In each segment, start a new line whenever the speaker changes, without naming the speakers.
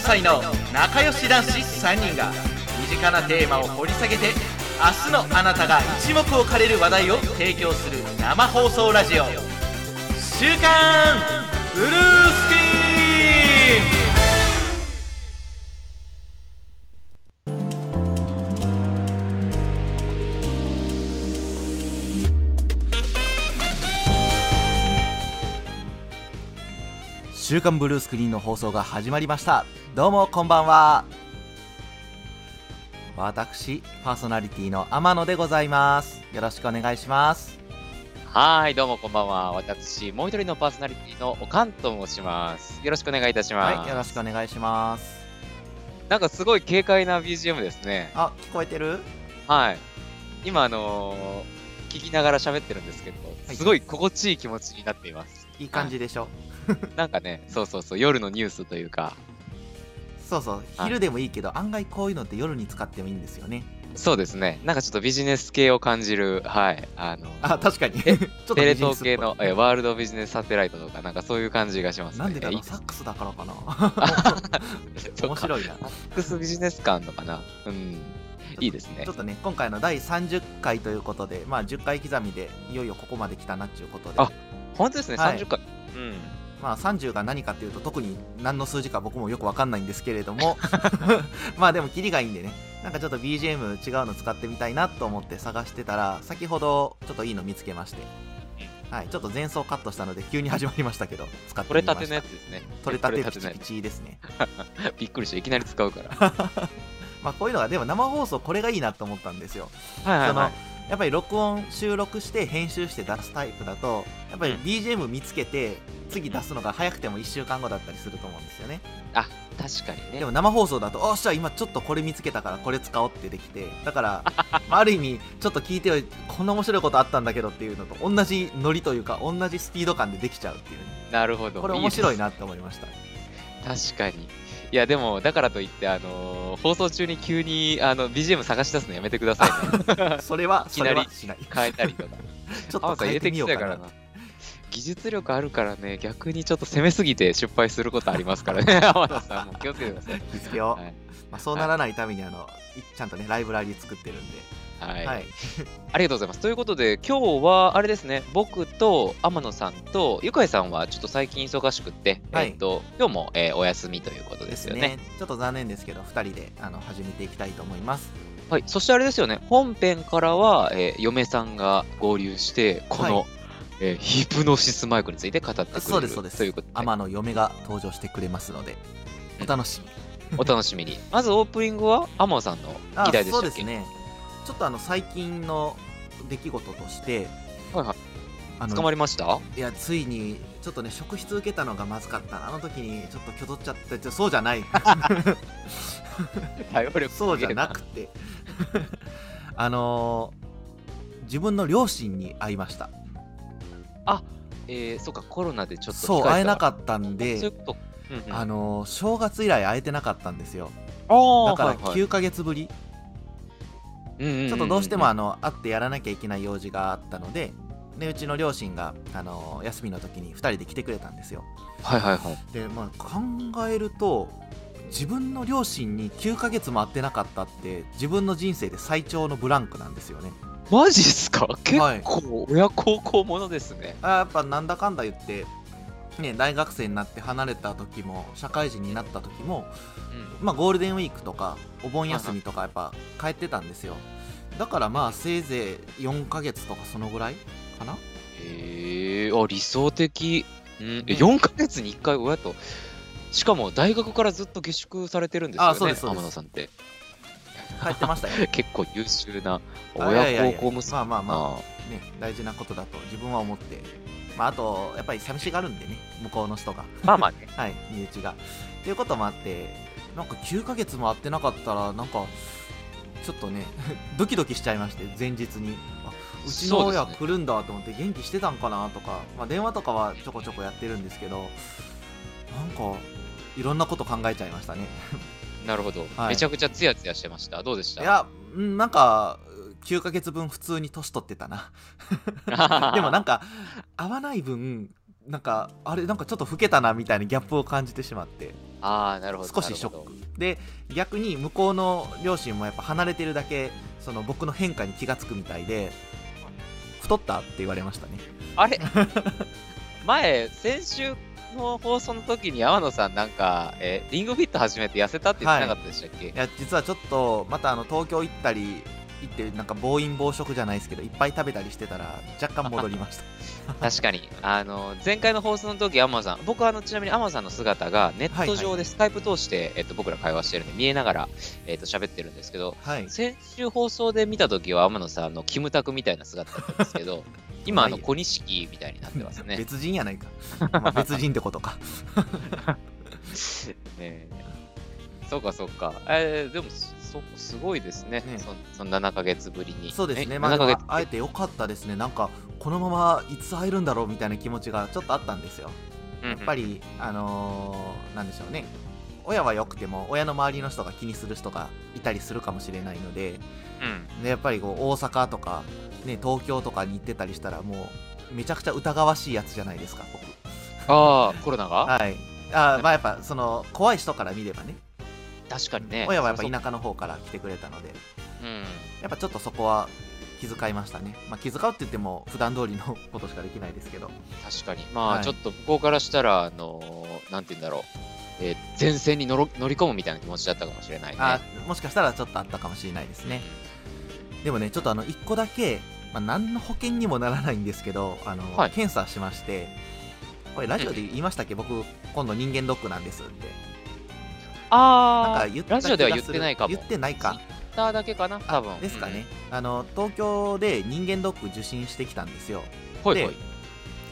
歳の仲良し男子3人が身近なテーマを掘り下げて明日のあなたが一目置かれる話題を提供する生放送ラジオ「週刊ブルースクリーン」週刊ブルースクリーンの放送が始まりましたどうもこんばんは私パーソナリティの天野でございますよろしくお願いします
はーい、どうもこんばんは。私、もう一人のパーソナリティのおかんと申します。よろしくお願いいたします。
はいよろしくお願いします
なんかすごい軽快な BGM ですね。
あ聞こえてる
はい。今、あのー聞きながら喋ってるんですけ
は
ど、
い
すごい心地いい気持ちになってい ます。
いい感じでしょ
なんかね、そうそうそう、夜のニュースというか、
そうそう
はい
昼でもいいけど案外こういうのって夜に使ってもいいんですよね
そうですね、なんかちょっとビジネス系を感じる、はい、あの、
あ確かに ちょ
え
っと
テレ
ビジネ
東
スっ
系
ぽ
の
い
えワールドビジネスサテライトとか、なんかそういう感じがしますね。
なんでだ
い
ろ
いうで
サックスだからかな
す
面
そうか
白いな
サックスビジネス感のかな。うん、いいですね
ちょ。っとね今回の第30回ということでまあ10回刻みでいよいよここまで来たなっていうことで
あ本当ですね、
はい
30回。うん。
まあ、30が何かっていうと特に何の数字か僕もよくわかんないんですけれど もまあでもキリがいいんでねなんかちょっと BGM 違うの使ってみたいなと思って探してたら先ほどちょっといいの見つけまして、はい、ちょっと前奏カットしたので急に始まりましたけど使って
取
み
れ
ました
てのやつですね。
取れたてピ
取れ
チピチですね
のやつびっくりした。いきなり使う から。は
まあこういうのがでも生放送これがいいなと思ったんですよ
いはいはい。
やっぱり録音収録して編集して出すタイプだとやっぱり
うん
BGM 見つけて次出すのが早くても1週間後だったりすると思うんですよね
確かにね。
でも生放送だと、おっしゃ、今ちょっとこれ見つけたからこれ使おうってできて、だから、まあある意味、ちょっと聞いてよ、こんな面白いことあったんだけどっていうのと、同じノリというか、同じスピード感でできちゃうっていう、
なるほど。
これ面白い
な。
なって思いました。
確かに。いや、でも、だからといって、あのー放送中に急に、あの、BGM 探し出すのやめてください、 ね。
それは、
い
そ
き
れ
なり
はしない。
変えたりと か。
ちょっ
ハ
と
ンさ
変
ん入
えて
れて
み
き
よう
た
か
か
な
ら。な。技術力あるからね、逆にちょっと攻めすぎて失敗することあります からね。浜田さん、もう気をつけてください。
気付けを、
はい
まあ、そうならないためにあの、いちゃんとね、ライブラリー作ってるんで、
は。
はいい、
ありがとうございます。ということで、今日は、あれですね、僕と天野さんと、ゆかいさんはちょっと最近忙しくって、
はい
えっと、今日も、えーお休みということ
で
ですすよね。
ね。ちょっと残念ですけど、2人であの始めていきたいと思います。
はい。そしてあれですよね、本編からは、えー嫁さんが合流して、この、
は
えーヒプノシスマイクについて語ってくれる
そうです、そうです。
ということで、
天野嫁が登場してくれますので、お楽しみに。
お楽しみに。まずオープニングは、天野さんの議題でした
そ
っ
う
け
ですねちょっとあの最近の出来事として、
はいはい
あの
捕まりました
いやついにちょっとね職質受けたのがまずかったなあの時にちょっときょどっちゃってちょそうじゃ ない
頼 力
そうじゃなくてあのー自分の両親に会いました
えー、そうか、コロナでちょっと
そう会えな
っ
かったん
たそうい
で
うこと。うんうん
あのー正月以来会えてなかったんですよ
あー
だから
はいはい
9ヶ月ぶり、ちょっとどうしてもあの会ってやらなきゃいけない用事があったのででうちの両親があの休みの時に2人で来てくれたんですよ
はいはいはい。
で、まあ、考えると自分の両親に9ヶ月も会ってなかったって自分の人生で最長のブランクなんですよね
マジっすか結
はい
構親孝行ものですね。
あやっぱなんだかんだ言って、ね、大学生になって離れた時も社会人になった時も、まあ、ゴールデンウィークとかお盆休みとかやっぱ帰ってたんですよだからまあせいぜい4ヶ月とかそのぐらいかな
へえあ理想的。うん、え
うん
4ヶ月に1回親と。しかも大学からずっと下宿されてるんですよね、
あそうですそうです
天野さんって。
帰ってま したよ
結構優秀な
あいやいやい
親
や
孝行娘
まあまあまあ
あ
ね、大事なことだと自分は思って、まあ、あとやっぱり寂しがるんでね向こうの人が
まあまあね。
はい身内がっていうこともあってなんか9ヶ月も会ってなかったらなんかちょっとね ドキドキしちゃいまして前日にあうちの
そうです
親
ね
来るんだと思って元気してたんかなとか、まあ、電話とかはちょこちょこやってるんですけどなんかいろんなこと考えちゃいましたね
なるほど、
はい
めちゃくちゃツヤツヤしてました。どうでし
い
た
やうんなんか9ヶ月分普通に年取ってたなでもなん
か、
か合わない分なんかあれなんかちょっと老けたなみたいなギャップを感じてしまって
ああなるほど
少しショ
なる
ッ
ほ
クで逆に向こうの両親もやっぱ離れてるだけその僕の変化に気がつくみたいで太ったって言われましたね
どあれ 前先週の放送の時に天野さんなんか、えーリングフィット始めて痩せたって言ってなかったでしたっけ、
いや実はちょっとまたあの東京行ったり行ってなんか暴飲暴食じゃないですけどいっぱい食べたりしてたら若干戻りました
確かにあの前回の放送の時天野さん僕はあのちなみに天野さんの姿がネット
はい
上でスカイプ通して、えっと、僕ら会話してるんで見えながら、えっと喋ってるんですけど
はい
先週放送で見た時は天野さんあのキムタクみたいな姿だったんです けど今あの小錦みたいになってますね
別人やないか、まあ、別人ってことか
ねそうかそうか、えーでもそすごいですね
ね
そそんな7ヶ月ぶりに
そうです
え
ねまあ
7ヶ
で
月
もあえてよかったですねなんかこのままいつ会えるんだろうみたいな気持ちがちょっとあったんですよ
や
やっぱり、あのーなんでしょうね、親は良くても、親の周りの人が気にする人がいたりするかもしれないので、でやっぱりこう大阪とか、ね、東京とかに行ってたりしたら、もう、めちゃくちゃ疑わしいやつじゃないですか、僕。
ああコロナが
はいあーまあやっぱその怖い人から見ればね
確かにね
親はやっぱ
そう
田舎の方から来てくれたので
そううん
やっぱちょっとそこは気遣いましたね、まあ、気遣うって言っても普段通りのことしかできないですけど
確かにまあ、
はい
ちょっと向こうからしたらあのーなんて言うんだろう、えー前線に乗ろ乗り込むみたいな気持ちだったかもしれないね
あーもしかしたらちょっとあったかもしれないですねでもね、ちょっとあの、一個だけ、まあ、何の保険にもならないんですけど、あの、
はい
検査しまして、これラジオで言いましたっけ僕、今度人間ドックなんですって。なん
あ
か
あ
言った
ラジオでは
気
言
が
っ
する
てないかも
言ってないか。
ただけかな多分
ですかね、。あの、東京で人間ドック受診してきたんですよ。
うんはいはい
で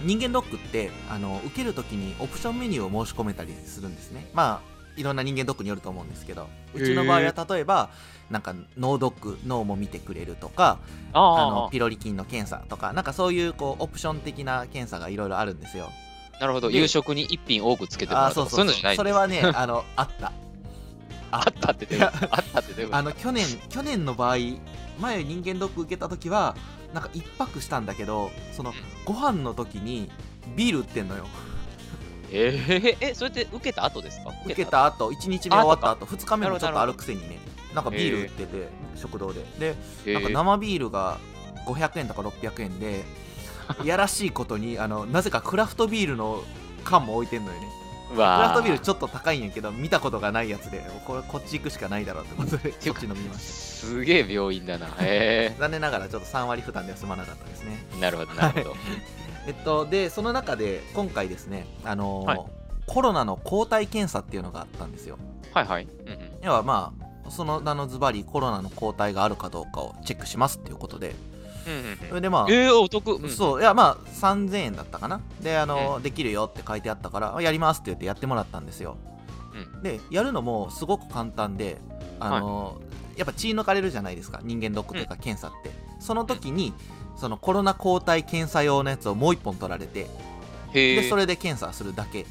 人間ドックって、あの、受けるときにオプションメニューを申し込めたりするんですね。まあ、いろんな人間ドックによると思うんですけど、うちの場合は例えば、なんか脳ドック、脳も見てくれるとか、あ
あ
の
あ
ピロリ菌の検査とかなんかそういうこうオプション的な検査がいろいろあるんですよ
なるほど
で
夕食に一品多くつけても
あ
ら
あ
うと
そう
か
そう
そういうのじゃないん
そ
で
れ
す
は ねあのあった
あったってどういうことあったってどういうこと
あの去年去年の場合前人間ドック受けた時はなんか一泊したんだけどその
うん
ご飯の時にビール売ってんのよ
えー、えそれって受けた後ですか
受けた後1日目終わった後2日目もちょっと
な
あ
る
る
ほど
くせにねなんかビール売ってて食堂でで
え
なんか
ー
生ビールが500円とか600円 でいやらしいことにあのなぜかクラフトビールの缶も置いてんのよね
うわ
クラフトビール
ょ
ちょっと高いんやけど見たことがないやつでこれこっち行くしかないだろうってこと でそっち飲みまし
すげえ病院だなえ
た残念ながらちょっと3割負担では済まなかったですね
ー、なるほどなるほど、
えっとでその中で今回ですねあのー
はい
コロナの抗体検査っていうのがあったんですよ
はい、はいうんうん
要はまあその名のズバリコロナの抗体があるかどうかをチェックしますっていうことで
うんうん
そ
うん
れでまあ
えー、お得、うん、
そういやまあ3000円だったかなであの、できるよって書いてあったからあやりますって言ってやってもらったんですよ、でやるのもすごく簡単であの、やっぱ血抜かれるじゃないですか人間ドックというか検査って、その時にそのコロナ抗体検査用のやつをもう1本取られて
へえ
でそれで検査するだけ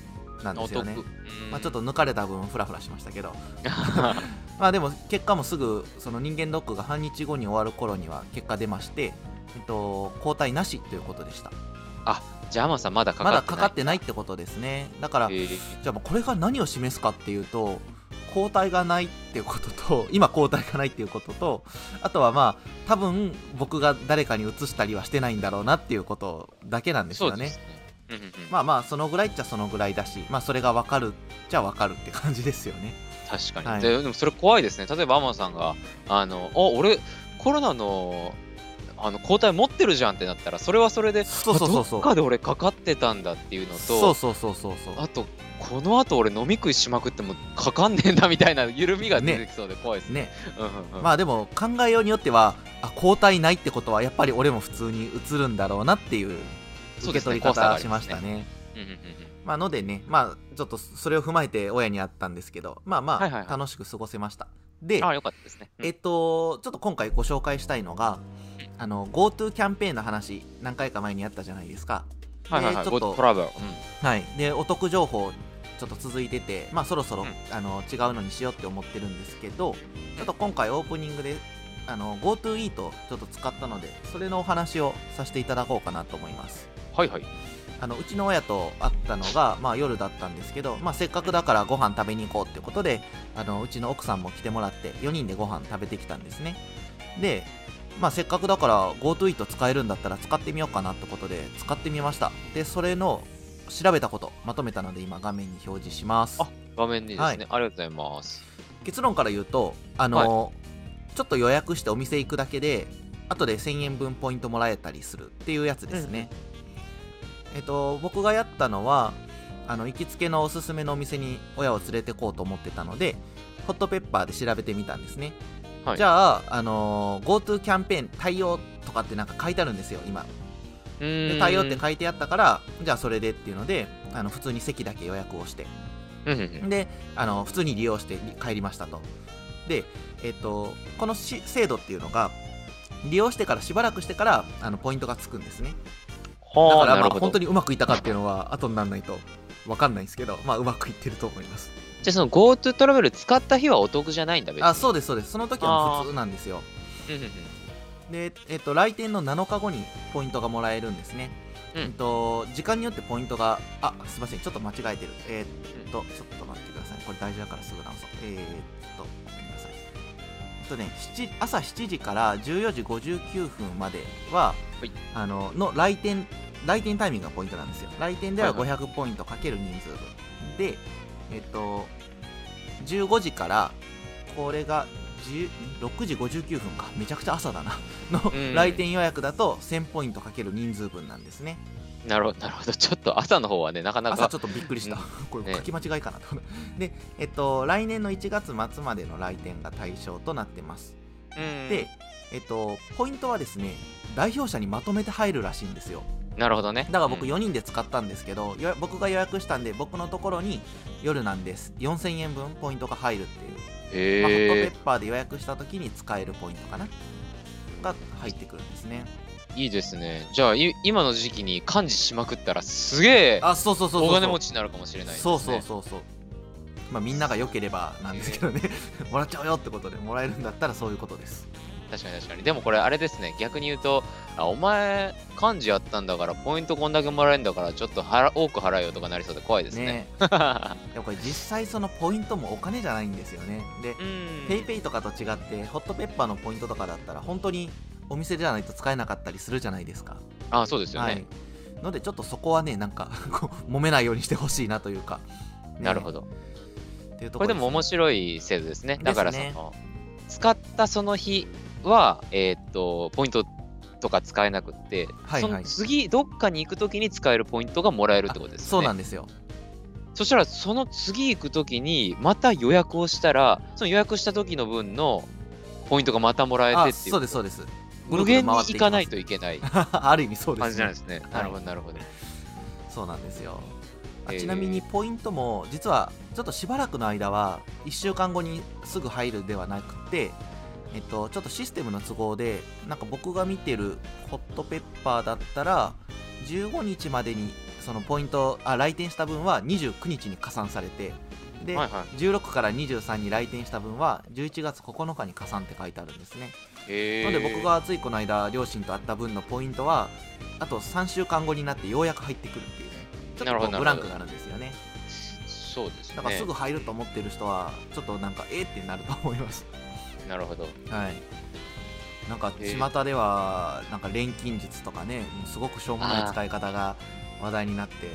なんですよね
お得うん
まあ、ちょっと抜かれた分フラフラしましたけどまあでも結果もすぐその人間ドックが半日後に終わる頃には結果出まして、えっと、抗体なしということでした
じゃあ天野さんまだかか
ま
ってな
だ
い
かかってないってことですねだから、
えー
じゃあもうこれが何を示すかっていうと抗体がないっていうことと 今抗体がないっていうこととあとはまあ多分僕が誰かに移したりはしてないんだろうなっていうことだけなんです
そ
よ
うで
ね
すねうんうんうん
まあまあそのぐらいっちゃそのぐらいだしまあそれが分かるっちゃ分かるって感じですよね
確かに、
はい
ででもそれ怖いですね例えば天野さんがあのあ俺コロナのあの抗体持ってるじゃんってなったらそれはそれで
そうそうそうそ
あどっ
う
かで俺かかってたんだっていうのと
そうそうそうそうそう
あとこの後俺飲み食いしまくってもかかんねえんだみたいな緩みが出てきそうで怖いですね
ね
うんうんうん
まあでも考えようによってはあ抗体ないってことはやっぱり俺も普通に移るんだろうなっていう受
そうで
け
す
取り
ね
方しました
怖さがあります
ね
うんうんうん
まあのでね、まあちょっとそれを踏まえて親に会ったんですけど、まあま
はいはい
あ
はい
楽しく過ごせました。
うん
で、
ああよかったですね、うん
えっと、ちょっと今回ご紹介したいのが、あの GoTo キャンペーンの話、何回か前にやったじゃないですか。
はいはいはい
でちょっと
ゴトラブル、うん
はい。で、お得情報、ちょっと続いてて、まあそろそろ、
うん
あの違うのにしようって思ってるんですけど、ちょっと今回オープニングで、あの GoTo イートちょっと使ったので、それのお話をさせていただこうかなと思います。
はいはい
あのうちの親と会ったのが、まあ、夜だったんですけど、まあ、せっかくだからご飯食べに行こうってことであのうちの奥さんも来てもらって4人でご飯食べてきたんですねで、まあ、せっかくだから GoTo イート使えるんだったら使ってみようかなってことで使ってみましたでそれの調べたことまとめたので今画面に表示します
あ画面にですね、ありがとうございます。
結論から言うとあの、ちょっと予約してお店行くだけで後で1000円分ポイントもらえたりするっていうやつですね、えっと僕がやったのはあの行きつけのおすすめのお店に親を連れてこうと思ってたのでホットペッパーで調べてみたんですね、
はい
じゃあ、あの GoTo キャンペーン対応とかってなんか書いてあるんですよ今で
で
対応って書いてあったからじゃあそれでっていうのであの普通に席だけ予約をして
うんうん
であの普通に利用して帰りましたとで、えっとこのし制度っていうのが利用してからしばらくしてからあのポイントがつくんですねだ
は
から
あ、な
まあ
るほ
本
ど。
当
じ
にうまくいったかっていうのは後にならないと分かんないんですけどまあうまくいってると思います
ゃあその GoTo トラベル使った日はお得じゃないんだ、別に。
あそうですそうですその時は普通なんですよ
うんうんうん
で、えっと来店の7日後にポイントがもらえるんですね、
うん
えっと時間によってポイントがあすいませんちょっと間違えてるえっとちょっと待ってくださいこれ大事だからすぐ直そうえーっとごめんなさいえっとね7朝7時から14時59分までは、
はい
あのの来店来店タイミングがポイントなんですよ来店では
はい
500ポイントかける人数分、でえっと15時からこれが10 6時59分かめちゃくちゃ朝だなの
うん
来店予約だと1000ポイントかける人数分なんですね
なるほど、なるほど。ちょっと朝の方はね、なかな
朝
か
ちょっとびっくりした これ
ね
書き間違いかなと でえっと来年の1月末までの来店が対象となってます
うん
でえっとポイントはですね代表者にまとめて入るらしいんですよ
なるほどね。
だから僕
うん
4人で使ったんですけど、よ僕が予約したんで僕のところに夜なんです4000円分ポイントが入るっていうまあホットペ
へえ
ッ、パーで予約した時に使えるポイントかなが入ってくるんですね
いいですね。じゃあ、い今の時期に幹事しまくったら、すげえ、
あそうそうそうそう
お金持ちになるかもしれないです、
そ
ね。
うそうそうそうまあみんなが良ければなんですけどね、 もらっちゃうよってことでもらえるんだったらそういうことです
確かに確かに。でもこれ、あれですね、逆に言うと、あお前、幹事やったんだから、ポイントこんだけもらえるんだから、ちょっと払多く払えよとかなりそうで怖いです ね。
ねでもこれ実際そのポイントもお金じゃないんですよねで
うん。
ペイペイとかと違ってホットペッパーのポイントとかだったら本当にお店じゃないと使えなかったりするじゃないですか
あ、そうですよね。
はいのでちょっとそこはねなんか こう揉めないようにしてほしいなというか、ね
なるほど。
っていうと
こ
ころ
れです
ね
も面白い制度ですね。だからそ
です
の、使ったその日は、えーっと、ポイントとか使えなくって、
はい
そ
は
の
い
次、どっかに行くときに使えるポイントがもらえるってことですね。
そうなんですよ
そしたら、その次行くときに、また予約をしたら、その予約した時の分のポイントがまたもらえ
あ
てってい
そう
う、
ですそうです
無限に行かないといけない
ぐるぐる回っていきます ある意味そうで
感じ
す
なん
ね
ですね。
い
なるほど、なるほど。
そうなんですよあ
えー
ちなみにポイントも実はちょっとしばらくの間は1週間後にすぐ入るではなくてえっと、ちょっとシステムの都合でなんか僕が見てるホットペッパーだったら15日までにそのポイントあ来店した分は29日に加算されてで、
はいは
16から23に来店した分は11月9日に加算って書いてあるんですね
い。へ
な
ー
ので僕がついこの間両親と会った分のポイントはあと3週間後になってようやく入ってくるっていうねちょ
な
っ
るほ
とこ
ど
うブラン
な
ク
るほど
があるんですよね
そうですね。
だからすぐ入ると思ってる人はちょっとなんかえー、ってなると思います
なるほど。
はいなんか
えー
巷ではなんか錬金術とかねもうすごくしょうもない使い方が話題になって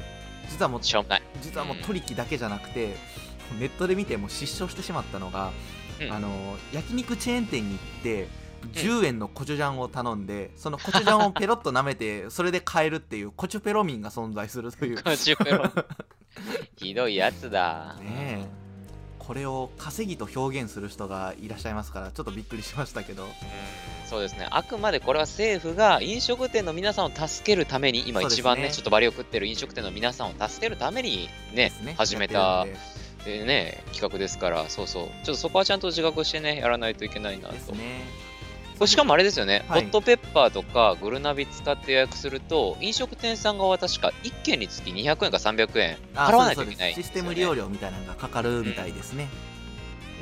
実はもう
しょうもない。
実はもうトリキだけじゃなくてネットで見てもう失笑してしまったのが、
うん
あの焼肉チェーン店に行って10円のコチュジャンを頼んで、そのコチュジャ ンをペロッと舐めてそれで買えるっていうコチュペロミンが存在する というね
この10分 ひどいやつだ。
えこれを稼ぎと表現する人がいらっしゃいますからちょっとびっくりしましたけど
うんそうですね。あくまでこれは政府が飲食店の皆さんを助けるために、今
そうですね
一番ね、ちょっとバリを食ってる飲食店の皆さんを助けるために
で
ね
すね、
始め
やったてるんで
えーね、企画ですから、そうそう。ちょっとそこはちゃんと自覚してね、やらないといけないな
です
と。
ね
これしかもあれですよね、
はい
ホットペッパーとかグルナビ使って予約すると、飲食店さん側は確か1件につき200円か300円
あ
払わないと
そうで
い
す
けないん
そうですシ
で
ス
す
テ
よね、
ム利用料みたいなのがかかるみたいですね、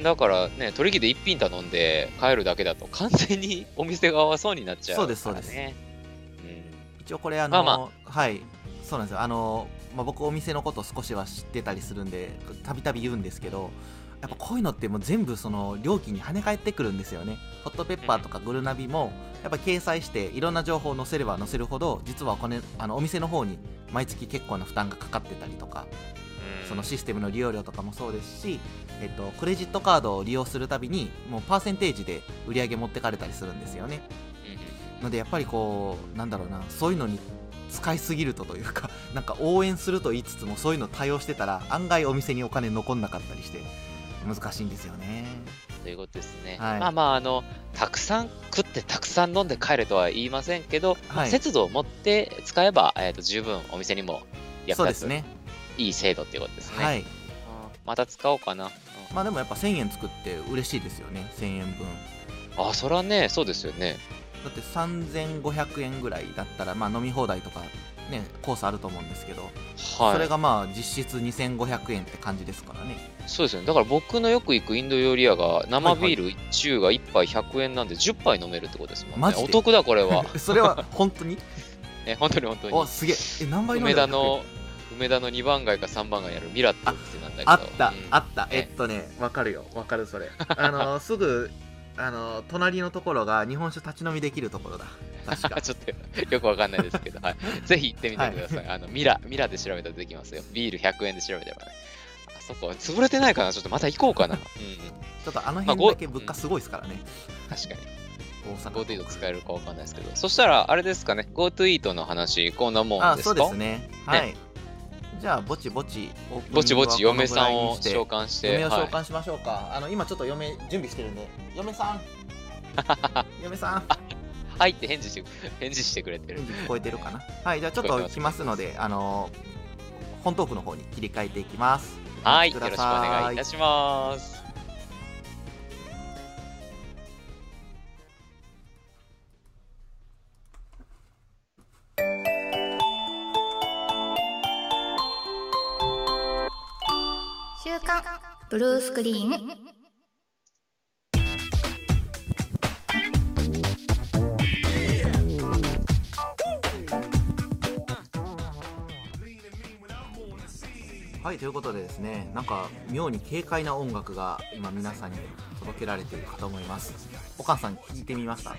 だからね、取引で1品頼んで帰るだけだと、完全にお店側はそうになっちゃうから、ね。
そうですそうです
うん
一応これあ
まあ
の、はいそうなんですよあの、まあ、僕お店のこと少しは知ってたりするんでたびたび言うんですけどやっぱこういうのってもう全部その料金に跳ね返ってくるんですよねホットペッパーとかグルナビもやっぱ掲載していろんな情報を載せれば載せるほど実はお金あのお店の方に毎月結構な負担がかかってたりとかそのシステムの利用料とかもそうですし、えっと、クレジットカードを利用するたびにもうパーセンテージで売り上げ持ってかれたりするんですよねのでやっぱりこうなんだろうなそういうのに使いすぎるとというか なんか応援すると言いつつもそういうの対応してたら案外お店にお金残んなかったりして難しいんですよね。
ということですね、
はい
まあまああのたくさん食ってたくさん飲んで帰るとは言いませんけど、
はい
節度を持って使えば、えー、と十分お店にも役
そうで
立
す
つ、
ね。
いい制度っていうことですね、
はい。
うんまた使おうかな、うん
まあでもやっぱ1000円作って嬉しいですよね。1000円分。
あそれはねそうですよね
だって3500円ぐらいだったら、まあ飲み放題とかね、コースあると思うんですけど、
はい
それがまあ実質2500円って感じですからね。
そうですよねだから僕のよく行くインド料理屋が生ビール1中が1杯100円なんで10杯飲めるってことですもんね
マジで
お得だこ れは
それは本当に
ね本当に本当
お、
に
すげえ。え、何倍飲んだ
梅田の梅田の2番街か3番街にあるミラっていうお店なんだけど
あった、
うん
あった。え
え
っとね、わかるよ。わかる、それ。あ の、すぐ、あの、隣のところが日本酒立ち飲みできるところだ。確 か。
ちょっとよくわかんないですけど、はい、ぜひ行ってみてください。あのミラ、ミラで調べたら出てきますよ。ビール100円で調べればね。あそこ、潰れてないかなちょっとまた行こうかな。うんうん、
ちょっとあの辺だけ物価すごいですからね。
確 かに。
大阪
GoTo 使えるかわかんないですけど。そしたら、あれですかね、GoTo の話、こんなもんですか
あそうですねはいじゃあぼちぼちオープニングは
ぼちぼち
この
嫁
ぐ
さ
らい
ん
に
を
して
召喚して、
嫁を召
はい
喚しましょうか、あの今ちょっと嫁準備してるんで嫁さ ん嫁さん
はいって返事して返事してくれてる。
聞こえてるかなはいじゃあちょっと来ますのであの本トークの方に切り替えていきます
はい、
お
よ
待ち
ろし
く
くお
ださ
願いいたします。
週刊ブルースクリーン
はいということでですねなんか妙に軽快な音楽が今皆さんに届けられているかと思いますお母さん聞いてみました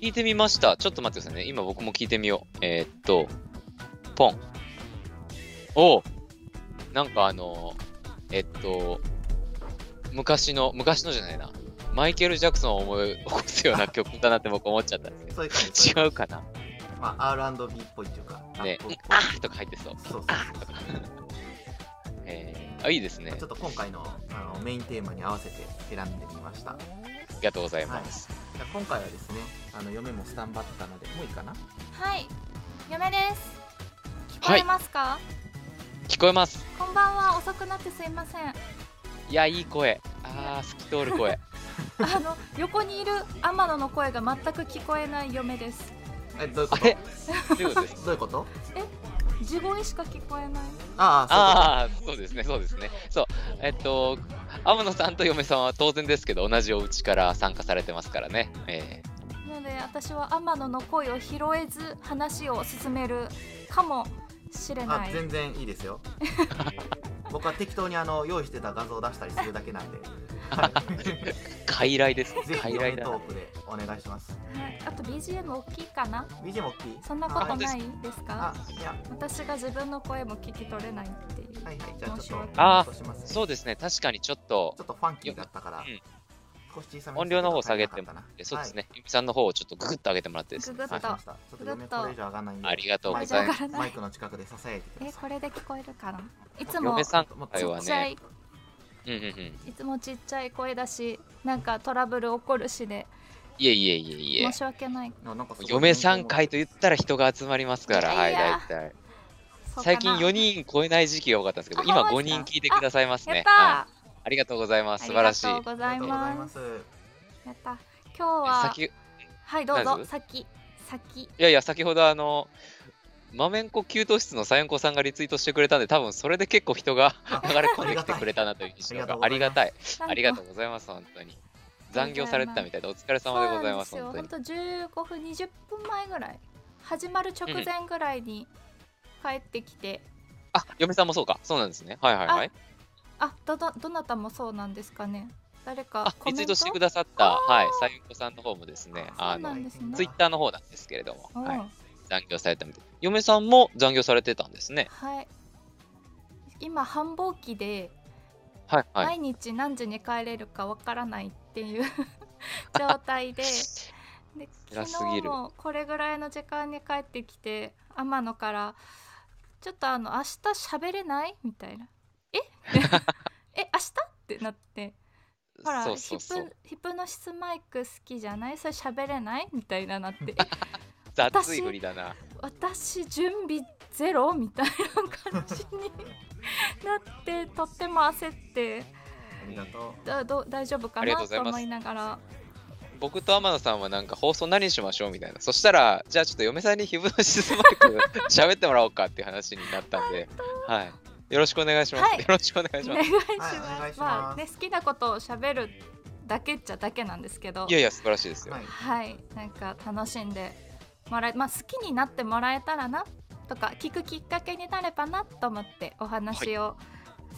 聞いてみました。ちょっと待ってくださいね。今僕も聞いてみよう。えーっと、ポン。おうなんかあの、えっと、昔の、昔のじゃないな。マイケル・ジャクソンを思い起こすような曲だなって僕思っちゃったんですけど。
そういう感じ
違うかな
まあ、R&B っぽいっていうかラ
ね
ップっ。ぽい
あーとか入ってそう。
そうそうそうそう
えー、あ、いいですね。
ちょっと今回のあのメインテーマに合わせて選んでみました。じ
ありがとうございます。
ゃあ今回はですね、あの嫁もスタンバったので、もういいかな
はい嫁です聞こ
はい
えますか、
聞こえます。
こんばんは遅くなってすいませんあ
いや、いい声。あー、透き通る 声。
の横にいる天野の声が全く聞こえない嫁です
え、どういう
あ
こと
れということです。
どういうこと
地声しか聞こえない
ああ、
ああ、そうですね、そうですね。そう、えっと、天野さんと嫁さんは当然ですけど、同じお家から参加されてますからね。え
なので私は天野の声を拾えず話を進めるかもし
そ
れ
ういうこと
な
あ
い、
全然いいですよ。僕は適当にあの用意してた画像を出したりするだけなんで、はい、
ー、傀儡です。
ぜひ
傀
嫁
儡だ
ト
な
ー。クでお願いします。
はい、あと BGM 大きいかな
BGM 大きい
そんなこと
い
ないです
あ
か、
いや、
私が自分の声も聞き取れないっていう
はいはい、じゃあちょっと、
あー
そうしますね
そうですね、確かにちょっと
ちょ、っとファンキーだったから、
うん
少し小さめに
音量の方下げて
足り
も
なかったな
そうですね、嫁さんの方をちょっとググッと上げてもらってですね
ググ
失
ッ
礼しました。ちょっと嫁これ以上上がらないんで。
ありがとうご
大丈
ざ
夫
い
か
ま
らな
マイ
い
クの近くで支えてく
え
ださ
これで聞こえるかないつ
す。
も
嫁
ち
さんの
い。
会は
っちゃい、
ね、うんうんうん。
いつもちっちゃい声だしなんかトラブル起こるしで
いえいえいえいえ
申。し訳ない
あなんかすごい
嫁さん会と言ったら人が集まりますから、はい、
いや
大
い
体。
そうかな
最近4人超えない時期が多かったんですけど、
あ
今
ほ
5
ん
人
まですか
聞いてくださいます
や
ね
っ。た
はいありがとうございます。素晴らしい。
ありがとうご
あり
ざい
がとうござい
ま
ますす。
やった今日は
先
はいどう
大丈
ぞ
夫
先先
いやいや、先ほどあの、マメンコ給湯室のサヨンコさんがリツイートしてくれたんで、多分それで結構人が
あ
流れ込んできてくれたなという印象が
あ
あ
り
り
が
が
と
たい。
なんと
ありがとうございます、本当に。残業されてたみたいで、お疲れ様でございます、
そう
本
なん
当
で
に
す。よ本当15分20分前ぐらい始まる直前ぐらいに帰ってきて
あ、嫁さんもそうか。そうなんですね。はいはいはい。
あどどどなたもそうなんですかね誰か
あ、
コ
リツ
メ
イー
ント
トしてくださった、はい、さゆこさんの方もですね、あ
そうな
の
ん、ですね
ツイッターの方なんですけれども、
うん
はい、残業されたみたい。嫁さんも残業されてたんですね。
はい今繁忙期で
はいはい。
毎日何時に帰れるかわからないっていう 状態でで昨
辛すぎ
日
る
もこれぐらいの時間に帰ってきて天野から「ちょっとあの明日喋れない?」みたいな「 ええ明日?」ってなって「ほら
そうそうそう
ヒッ。プヒップノシスマイク好きじゃないそれ喋れない?」みたいななって 「え
雑い振りだな。
私準備ゼロみたいな感じになってとっても焦って
ありがとう
だど大丈夫か
ありがと
な
うござい
と
ます
思いながら
僕と天野さんはなんか放送何しましょうみたいな。そしたら、じゃあちょっと嫁さんにヒブのシスマイク 喋ってもらおうかっていう話になったんで、はい。よろしくお願いします。
はい
よろしくお願いし
お
ま
願い
す。
します,、
はいお願いします
まあね好きなことをしゃべるだけっちゃだけなんですけど
いやいや、素晴らしいですよ。
は
はい
い
はいなんか楽しんでもらえまあ好きになってもらえたらなとか聞くきっかけになればなと思ってお話を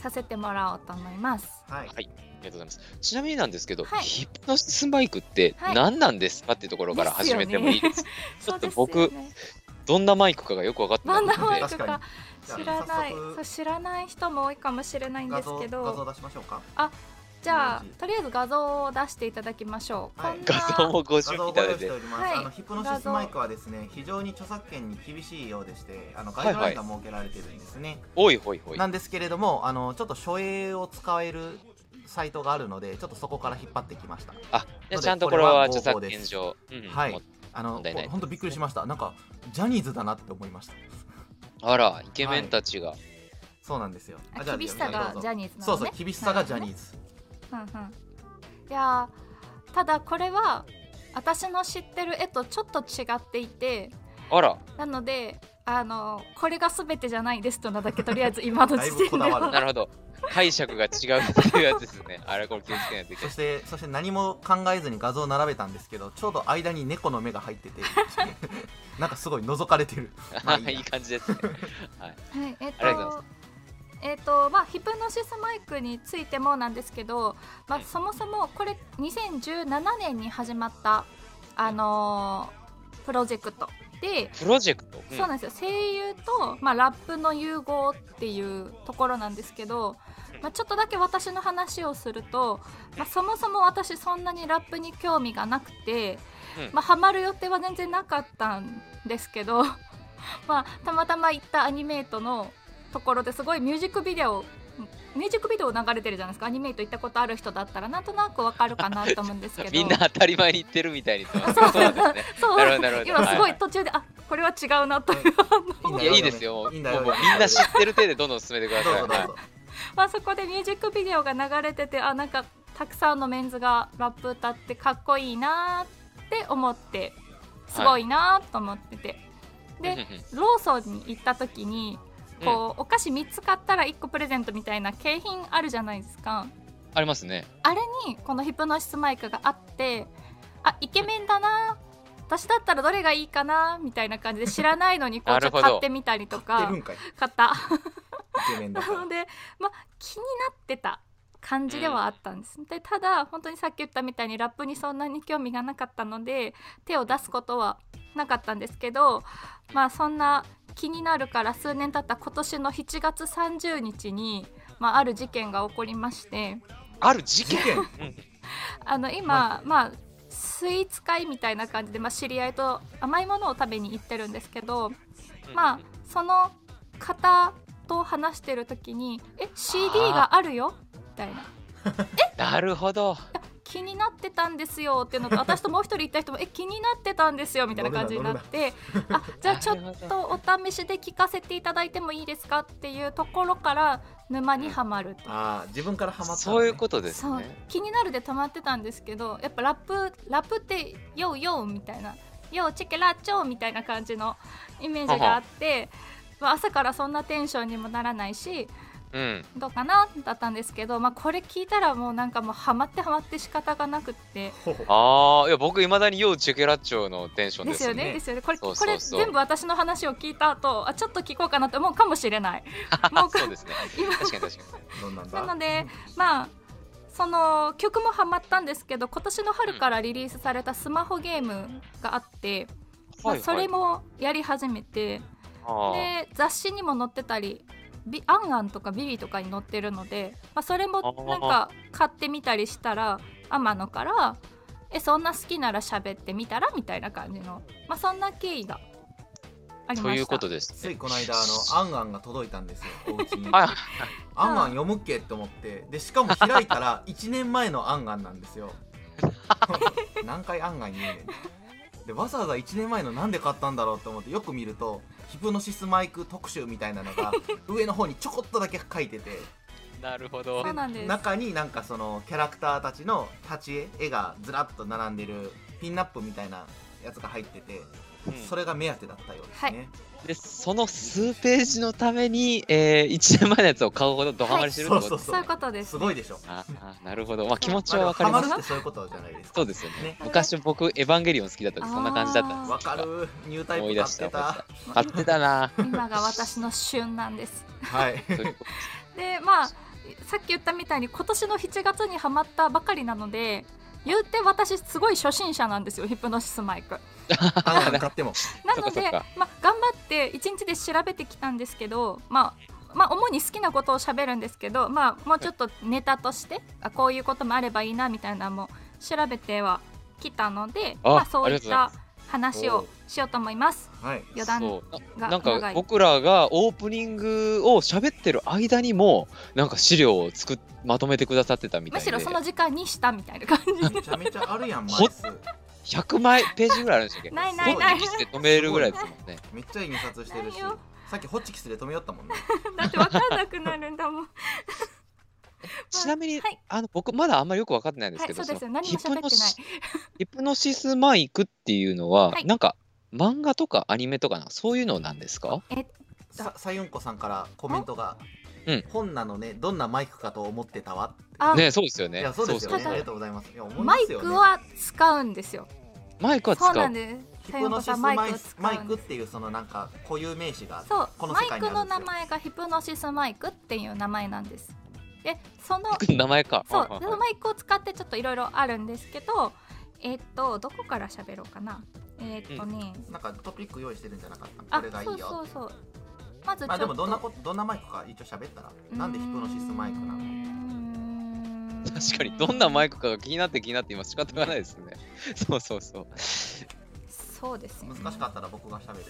させてもらおうと思います、
はい
ありがとうございます。ちなみになんですけど、
はい
ヒプノシスマイクって
はい
何なんですかっていうところから
です
始
よね
めてもいいです。ちょ
そう
っと
です
僕
よね
どんなマイクかがよく分かってな
バ ンダマイ
くて、
クか知らないそう知らない人も多いかもしれないんで
画
す
像
け
画像
ど
出しましょうか
じゃあ
イメージ
とりあえず画像を出していただきましょう、
はい
こんな
画像もご
画
準
像
備
を
い
ご
ただ
用意して
いて
お。ります、
はい
あのヒプノシスマイクはですね非常に著作権に厳しいようでしてあのガイドラインが設けられてるんですね、
おいおいおい。
なんですけれどもあのちょっと書影を使えるサイトがあるのでちょっとそこから引っ張ってきました
あ、じゃあ
そうです
ちゃんとこれは
これは
著
合法
作
です
権上。うん
はい
もう
あの
問題ないです
本当びっくりしましたなんかジャニーズだなって思いました
あら、イケメンたちが。
そうなんですよ
あ
じゃ
厳しさ
どう
が
ぞ
ジャニーズな
そ
の
うそう
ね
厳しさがジャニーズ、
うんうんいやーただこれは私の知ってる絵とちょっと違っていて
あら、
なのであのこれが全てじゃないですとなだけとりあえず今の時点
だ
で
いぶ こだわる
な
は
るほど。解釈が違うっていうやつです ね。あれ、これ気をつけないといけ
そ
ない
し。てそして何も考えずに画像を並べたんですけどちょうど間に猫の目が入って てなんかすごい覗かれ てるまあいいや
いい感じですね。
はいえっ、
ありがとうござ
とえっ、とまあヒプノシスマイクについてもなんですけど、まあ、そもそもこれ2017年に始まったあのープロジェクトで、
プロジェクト。うん
そうなんですよ声優と、まあ、ラップの融合っていうところなんですけど、まあ、ちょっとだけ私の話をすると、まあ、そもそも私そんなにラップに興味がなくて、
うん
まあ、ハマる予定は全然なかったんですけど、 まあ、たまたま行ったアニメートのところですごいミュージックビデオミュージックビデオ流れてるじゃないですかアニメート行ったことある人だったらなんとなくわかるかなと思うんですけど
みんな当たり前に言ってるみたいに。そうなんですね。
そう
なるほどなるほど
今すご
はい
い
はい
途中で、あこれは違うなという
いや、いいですよ。もう
いいん
みん
だよ
な知ってる手でどんどん進めてくだ
どう
さい
ぞどうぞ、
はい。
まあ、そこでミュージックビデオが流れててあなんかたくさんのメンズがラップ歌ってかっこいいなーって思ってすごいなーと思ってて、
うんう
で
ん
ローソンに行った時にこう、お菓子3つ買ったら1個プレゼントみたいな景品あるじゃないですか
ありますね。
あれにこのヒプノシスマイクがあってあイケメンだなー私だったらどれがいいかなーみたいな感じで知らないのにこ
な
うちょ
る
っと
ほど
買ってみたりと
出
か
るんかいイ
買った
ケメンだ
な
から
ので、まあ、気になってた感じではあったんです、でただ本当にさっき言ったみたいにラップにそんなに興味がなかったので手を出すことはなかったんですけどまあそんな気になるから数年経った今年の7月30日に、まあ、ある事件が起こりまして
ある事
事
件。
件
あの今、まあスイーツ会みたいな感じで、まあ、知り合いと甘いものを食べに行ってるんですけど、まあその方と話してる時に「え CD があるよ」みたいな
あ。なるほど。
「気になってたんですよ」っていうのと私ともう一人いた人も「え気になってたんですよ」みたいな感じになって「あじゃあちょっとお試しで聞かせていただいてもいいですか?」っていうところから沼にはまると。
ああ自分からハマった、ね、
そういうことです
そう
ね。
気になるで止まってたんですけどやっぱラップラップって「ヨウヨウ」みたいな「ヨウチェケラッチョウ」みたいな感じのイメージがあって、まあ、朝からそんなテンションにもならないし
うん。
どうかなだったんですけど、まあ、これ聞いたらもうなんかもうハマってハマって仕方がなくって
ああ、いや、僕、いまだに要チェケラッチョのテンション
で
ですす
よ
よ
ね
ね。
ですよねこれ
そうそうそう
これ全部私の話を聞いた後あちょっと聞こうかなって思うかもしれ ないもうか
そうですね。
今
確かに確か
どんなんだ
なので まあその曲もハマったんですけど今年の春からリリースされたスマホゲームがあって、
に。
ま
は
あ
いはい
それ。もやり始めて、
あー
で雑誌にも載ってたりビアンアンとかビビとかに載ってるので、まあ、それもなんか買ってみたりしたら天野から「えそんな好きなら喋ってみたら?」みたいな感じの、まあ、そんな経緯がありました
ということです
つ
ね。
いこの間あの「あんあん」が届いたんですよお家に「
は
あ
い
んあん読むっけ?」って思ってでしかも開いたら1年前の「あんあん」なんですよ 何回「あんあん」言うねんでわざわざ1年前のなんで買ったんだろうと思ってよく見るとヒプノシスマイク特集みたいなのが上の方にちょこっとだけ書いてて
なるほど
そう。なんです
中になんかそのキャラクターたちの立ち絵絵がずらっと並んでるピンナップみたいなやつが入ってて、
うん
それが目当てだったようですね、
で、その数ページのために、えー、1年前のやつを買うほどドハマりしてるってこと
はい
です
そういう
ね。
こ とです
すごいでしょ
ああ、なるほど。まあ、気持ち
まあで
は
も
わかりま
ハマ。る
す
ってそういうことじゃないですか
そうですよね
ね。
昔僕、エヴァンゲリオン好きだったんで、そんな感じだったんです
わかるニュータイプ買ってた
買って たな。
今が私の旬なんです
はい
そういうこと
でまあさっき言ったみたいに今年の7月にハマったばかりなので言うて私すごい初心者なんですよヒプノシスマイク
あんなん買っても
なの
そっかそっ
で
か、
まあ、頑張って一日で調べてきたんですけど、まあ、まあ主に好きなことをしゃべるんですけど、まあ、もうちょっとネタとしてあこういうこともあればいいなみたいなのも調べてはきたので
あ
まあ、そういっ
ありが
た話をしようと思います。
はい
余談
そう
が
ななん
長
か
い
僕らがオープニングを喋ってる間にもなんか資料を作っまとめてくださってたみたい
むし
で
ろその時間にしたみたいな感 じ
めちゃめちゃあるやん
ほ
枚数
100枚ページぐらいあるんでしたっけ
ない
ないない
ホッチキスで止めるぐらいですもんね
めっちゃいい印刷してるし
ないよ
さっきホッチキスで止めよったもんね
だって分かんなくなるんだもん。
ちなみに、
はい
あの僕まだあんまりよく分かってないんですけど、
はいそうですよ
その
何も喋ってない
ヒプノシヒプノシスマイクっていうのは、
はい
なんか漫画とかアニメとかなそういうのなんですか
ささゆんこさんからコメントが
うん
本なのねどんなマイクかと思ってたわ
あ
ねそうですよ
い
ね
やそうですよね
そうそう
ありがとうございますいや思いま
マイ
すよね
クは使うんですよ。
マイクは使
そううなんです。
ヒ
さ
プ
よう
ノ
こ
シス
さんマ
マ
イ
イ
クを
ク
使
マイ
うん
ク
で
っ
す。
ていうそのなんか固有名詞があって
そう
この
マ
世
イ
界にあ
ク
る
の
んです
名
よ
前がヒプノシスマイクっていう名前なんですでその
名前か
そう
はい
そ
はい
の
はい
マイクを使ってちょっといろいろあるんですけどえっとどこから喋ろうかなえっとね、
なんかトピック用意してるんじゃなかった
あ
これがいい
そう
よ
そうそうまずちょっと、
まあでもどんなことどんなマイクか一応喋ったらなんでヒプノシスマイクなの
の
確かにどんなマイクかが気になって気になって今仕方がないですねそうそうそう
そうですね
難しかったら僕が喋るよ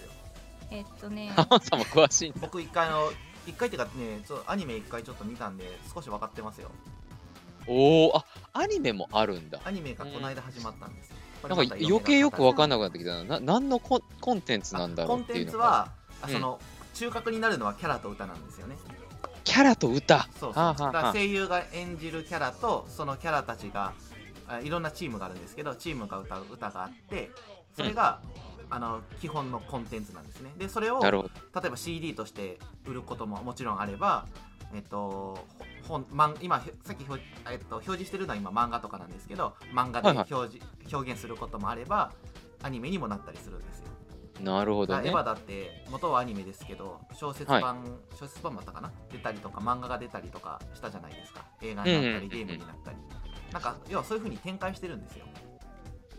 えっとね
ハモさんも詳しいんだ
僕一回あの一回っていうかねそうアニメ一回ちょっと見たんで少し分かってますよ
おおあアニメもあるんだ
アニメがこの間始まったんですよ、これ
なん
ま
か
た
余計よく
わ
分かんなくなってきたなな何のコンコンテンツなんだろ
コ
うっ
ン
て
テ
い
ン
う
ツ
のが
は、
うん
その中核になるのはキャラと歌なんですよね
キャラと歌
そうそう
はあはあはあ
だから声優が演じるキャラとそのキャラたちがあいろんなチームがあるんですけどチームが歌う歌があってそれが、あの基本のコンテンツなんですねでそれを
なるほど
例えば CD として売ることももちろんあれば、えっと、ほ本漫今ひさっき表,、えっと、表示してるのは今漫画とかなんですけど漫画で
はいはい
表示、表現することもあればアニメにもなったりするんですよ。
なるほ
だから
ど
エ
ね
ヴァだって元はアニメですけど小説版、小説版もあったかな出たりとか漫画が出たりとかしたじゃないですか映画になったり
うんうんうんうん
ゲームになったり、なんか要はそういう風に展開してるんですよ。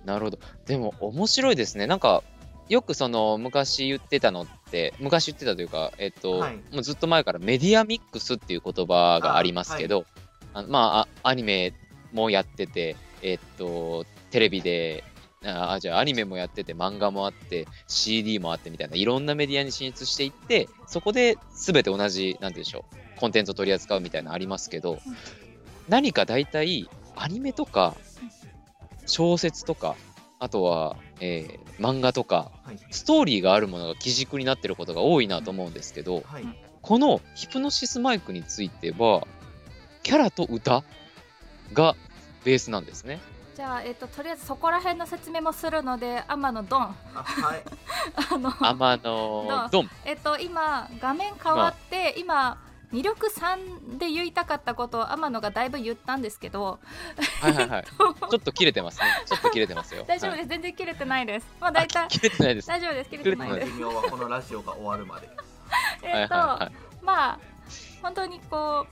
なるほどでも面白いですねなんかよくその昔言ってたのって昔言ってたというかえっと、
はい
もうずっと前からメディアミックスっていう言葉がありますけどあ、のまああアニメもやっててえっとテレビでああじゃあアニメもやってて漫画もあって CD もあってみたいないろんなメディアに進出していってそこで全て同じなんて言うんでしょうコンテンツを取り扱うみたいなのありますけど何か大体アニメとか小説とかあとは、えー漫画とか
はい
ストーリーがあるものが基軸になってることが多いなと思うんですけど
はい
このヒプノシスマイクについてはキャラと歌がベースなんですね。
じゃあ、えっと、とりあえずそこら辺の説明もするので天野ドン
あ はい
あの
天野ドン
えっと今画面変わって今魅力3で言いたかったことを天野がだいぶ言ったんですけど。
はいはいはい。ちょっと切れてますね。ちょっと切れてますよ
大丈夫
はい
です全然切れてないですまあ大体
あ切れてないです。は
大丈夫です切れてない
の
で
寿
す
命はこのラジオが終わるまで
いは
えっ
い
と
は
まあ本当にこ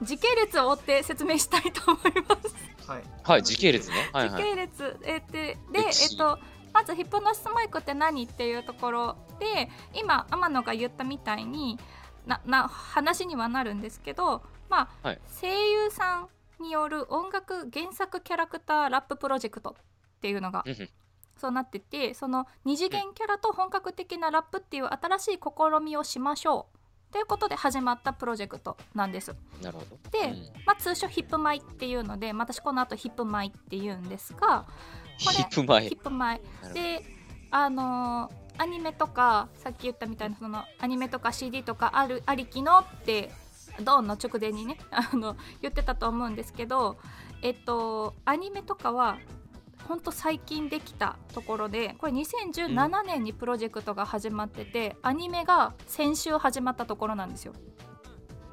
う時系列を追って説明したいと思います
はい
い。はい、時系列ね。はい
時
はい。
系列、えーでで、え
歴史
っと、まずヒップノシスマイクって何っていうところで今天野が言ったみたいになな話にはなるんですけど、まあ
はい
声優さんによる音楽原作キャラクターラッププロジェクトっていうのが
うんうん
そうなっててその二次元キャラと本格的なラップっていう新しい試みをしましょうということで始まったプロジェクトなんです。
なるほど。
で
うん
まあ、通称ヒップマイっていうのでまあ私この後ヒップマイっていうんですがこれ
ヒップ前
ヒ。ップマイ
なるほど
であのーアニメとかさっき言ったみたいなそのアニメとか CD とかあるありきのってドーンの直前にね あの言ってたと思うんですけどえっとアニメとかはほんと最近できたところでこれ2017年にプロジェクトが始まってて、アニメが先週始まったところなんですよ。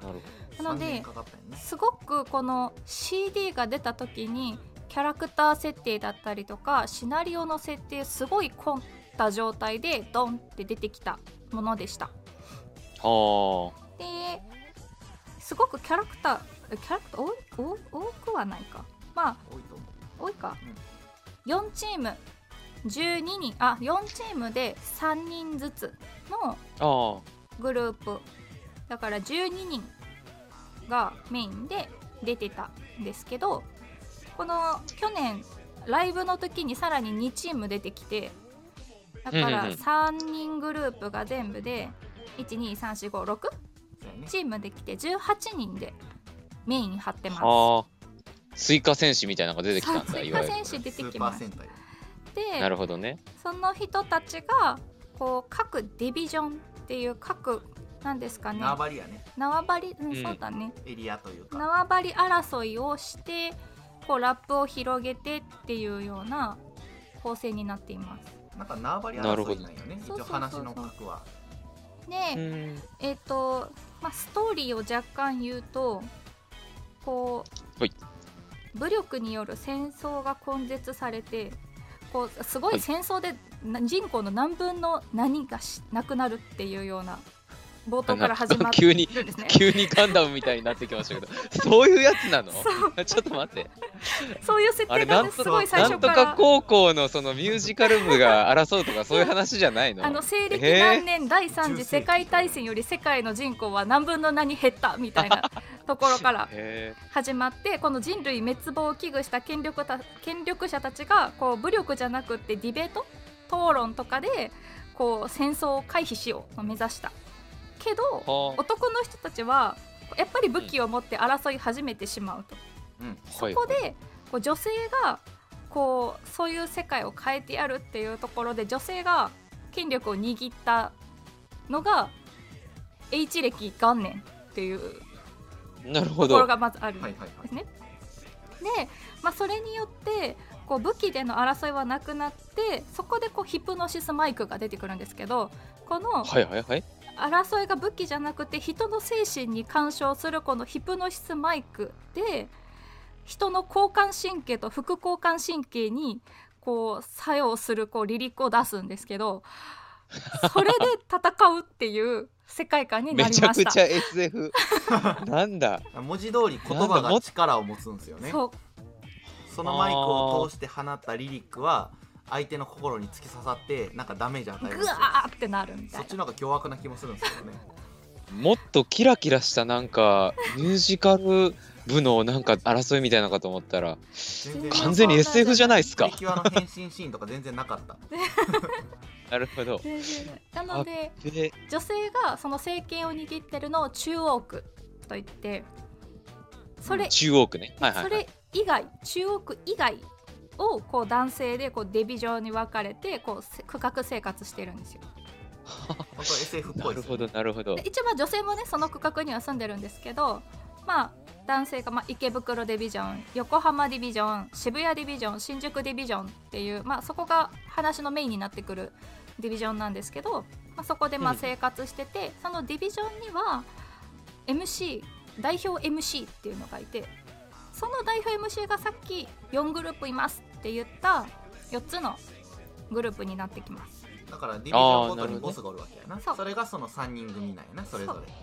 なるほ
なの
3
で
年かかったよね
すごくこの CD が出た時にキャラクター設定だったりとかシナリオの設定すごい凝った状態でドンって出てきたものでした
ど。は
ですごくキャラクターキャラクター多い多多くはないかまあ
多いと思う
多いか
うん
4チーム12人あ4チームで3人ずつの
あ。ああ。
グループだから12人がメインで出てたんですけどこの去年ライブの時にさらに2チーム出てきてだか
うんうん
ら
うん
3人グループが全部で12345 6
そうやね
チームできて18人でメインに張ってます。
ああ。追加選手みたいなのが出てきたん
さあ
だ、
追
いわ
加
ゆる。
選手出てき
ス
ま
ーパー
す
戦隊
で
なるほどね。
その人たちがこう各ディビジョンっていう各なんですかね
縄張りやね
縄張り、うん
うん
そうだね、
エリアというか
縄張り争いをしてこうラップを広げてっていうような構成になっています。
なんか縄張り
なるほ
争
ど
いなんよね一
そう
応
そうそうそう
話の核は
う
で、
ん。
えっ、と、まあ、ストーリーを若干言うとこう、
はい
武力による戦争が根絶されてこうすご
はい
い戦争でな人口の何分の何がしなくなるっていうような冒頭から始まって
急に、
るんですね。
急にガンダムみたいになってきましたけど、そういうやつなの
そう
ちょっと待って。
そういう設
あれ
定
な
なん
ん
です
と
すごい最
なん
初
と
か。
から高校のそのミュージカル部が争うとかそういう話じゃないの
あの西暦
へえ
何年第3次世界大戦より世界の人口は何分の何減ったみたいなところから
へ
始まってこの人類滅亡を危惧した権力た権力者たちがこう武力じゃなくてディベート討論とかでこう戦争を回避しようを目指したけど
え。はあ
男の人たちはやっぱり武器を持って争い始めてしまうと。
うん
そ
ここでこう女性がこうそういう世界を変えてやるっていうところで女性が権力を握ったのが H 歴元年っていう
なるほ
ところ
ど。
がまずあるん
は
で
いはいはい
すね。で、まあ、それによってこう武器での争いはなくなってそこでこうヒプノシスマイクが出てくるんですけどこの
はいはいはい。
争いが武器じゃなくて人の精神に干渉するこのヒプノシスマイクで人の交感神経と副交感神経にこう作用するこうリリックを出すんですけどそれで戦うっていう世界観にな
め
り
ちゃ
ま
く
し
ちゃ
た。
SF。なんだ。
文字通り言葉が力を持つんですよね
そう
そのマイクを通して放ったリリックは相手の心に突き刺さってなんかダメージ与える
グ
んです
ワ
よ
ーってなるみた
そっ
い
ち
な。
の方が凶悪な気もするんですけどね
もっとキラキラしたなんかミュージカル部のなんか争いみたいなのかと思ったら
全然
完全に SF じゃないです
プ
か
リ。キュアの変身シーンとか全然なかった
なるほど。
全然なので
で、
女性がその政権を握ってるのを中央区と言ってそれ
中央区ね。はいはいはい。
それ以外中央区以外をこう男性でこうデビ状に分かれてこうせ区画生活してるんですよ。
本当 SF っ
な
ぽい
る
です
ほ
よ
ど
ね
なるほど
で。一応まあ女性もねその区画には住んでるんですけどまあ男性がまあ池袋ディビジョン横浜ディビジョン渋谷ディビジョン新宿ディビジョンっていう、まあ、そこが話のメインになってくるディビジョンなんですけど、まあ、そこでまあ
うん
生活してて、そのディビジョンには MC 代表 MC っていうのがいてその代表 MC がさっき4グループいますって言った4つのグループになってきます
だからディビジョンごと
あーなる
に
ほど
ボ
ね
スがおるわけやな
そう
それがその3人組なんやなそれぞれ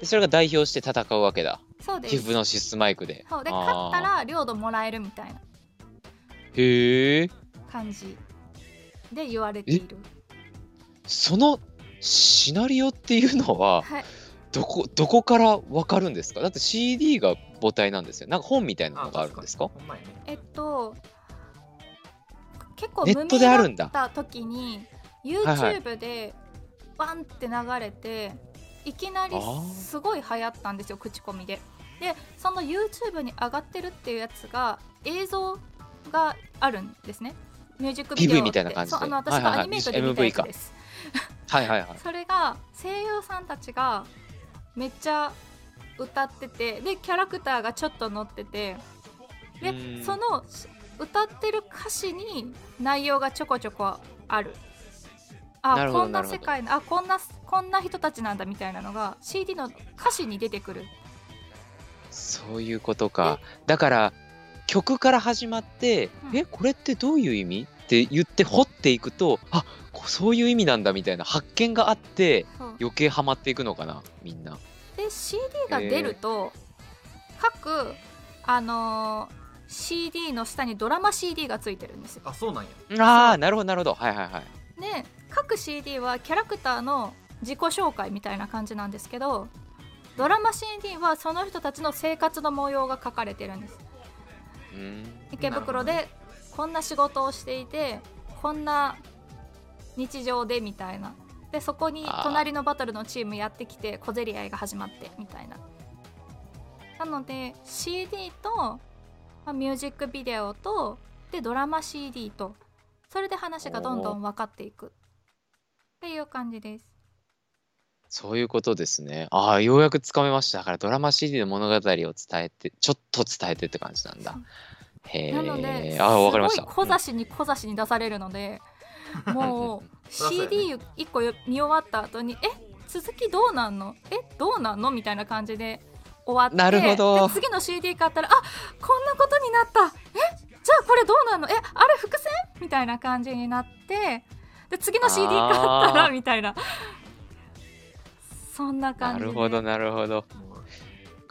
でそれが代表して戦うわけだ
そうです
皮膚のシスマイクで
そうで
あー
勝ったら領土もらえるみたいな
へえ
感じで言われている
そのシナリオっていうのは
はい
どこ どこからわかるんですかだって CD が母体なんですよなんか本みたいなのがあるんですか
ほんまやね
えっと結構
ネ
無
ットである
名
ん
だ
だ
った時に
はいはい
YouTube でバンって流れていきなり
あー
すごい流行ったんですよ口コミで。でその YouTube に上がってるっていうやつが映像があるんですね。ミュージックビデオ
PV みたいな感じで
そうあの
は
私
いはいは
が
い
アニメートで見たや
MV
つ
か
です。
はいはいはい
それが声優さんたちがめっちゃ歌っててでキャラクターがちょっと乗ってて
う
で
ーん
そのし歌ってる歌詞に内容がちょこちょこある
な
あ
るほど
こんな
なるほ
世
ど
界のあこんなこんな人たちなんだみたいなのが CD の歌詞に出てくる
そういうことかだから曲から始まって「
うん
えこれってどういう意味?」って言って掘っていくとあこそういう意味なんだみたいな発見があって
そう
余計ハマっていくのかなみんな。
で CD が出ると、各あのー CD の下にドラマ CD がついてるんですよ
あそうなんや
ああなるほどなるほどはいはいはい。
で各 CD はキャラクターの自己紹介みたいな感じなんですけどドラマ CD はその人たちの生活の模様が書かれてるんです
うーん
池袋でこんな仕事をしていてこんな日常でみたいなでそこに
あー
隣のバトルのチームやってきて小競り合いが始まってみたいななので CD と、まあミュージックビデオとでドラマ CD とそれで話がどんどん分かっていくっていう感じです
そういうことですね。ああようやくつかめました。だからドラマ CD の物語を伝えてちょっと伝えてって感じなんだ。へ
なので
え。ああわかりました。
すごい小差しに小差しに出される ので、もう CD1 個見終わった後に「え続きどうなんのえどうなんの?」みたいな感じで終わって
なるほど
で次の CD 買ったら「あこんなことになったえじゃあこれどうなんのえあれ伏線?」みたいな感じになってで次の CD 買った
あ
ら
ー
みたいなそんな感
な
じで
るほどなるほど。
もう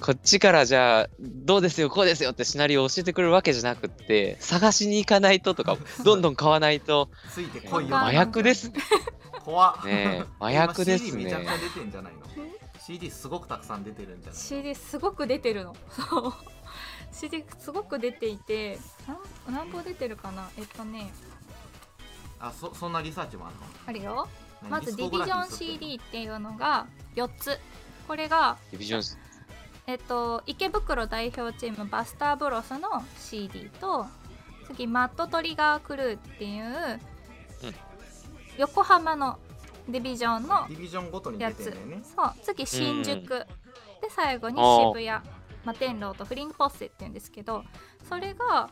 こっちからじゃあどうですよこうですよってシナリオを教えてくれるわけじゃなくって探しに行かないとと かどんどん買わないと
ついてこいよ
麻薬ですね
怖っ
ね麻薬です
今 CD めちゃく
ね
ちゃ出てんじゃないの CD すごくたくさん出てるんじゃない
CD すごく出てるのそう CD すごく出ていてなん何本出てるかなえっとね
あそそんなリサーチもあるの
あるよ
何
まずディビジョン CD っていうのが4つこれが、
ディビジョン
えっと、池袋代表チームバスターブロスの CD と次マットトリガークルーっていう、
うん
横浜のディビジョンの
ディビジョンごとに出
や
て
つ
んだよね
そう次新
うん
宿、で最後に渋谷摩天楼とフリンクポッセっていうんですけどそれが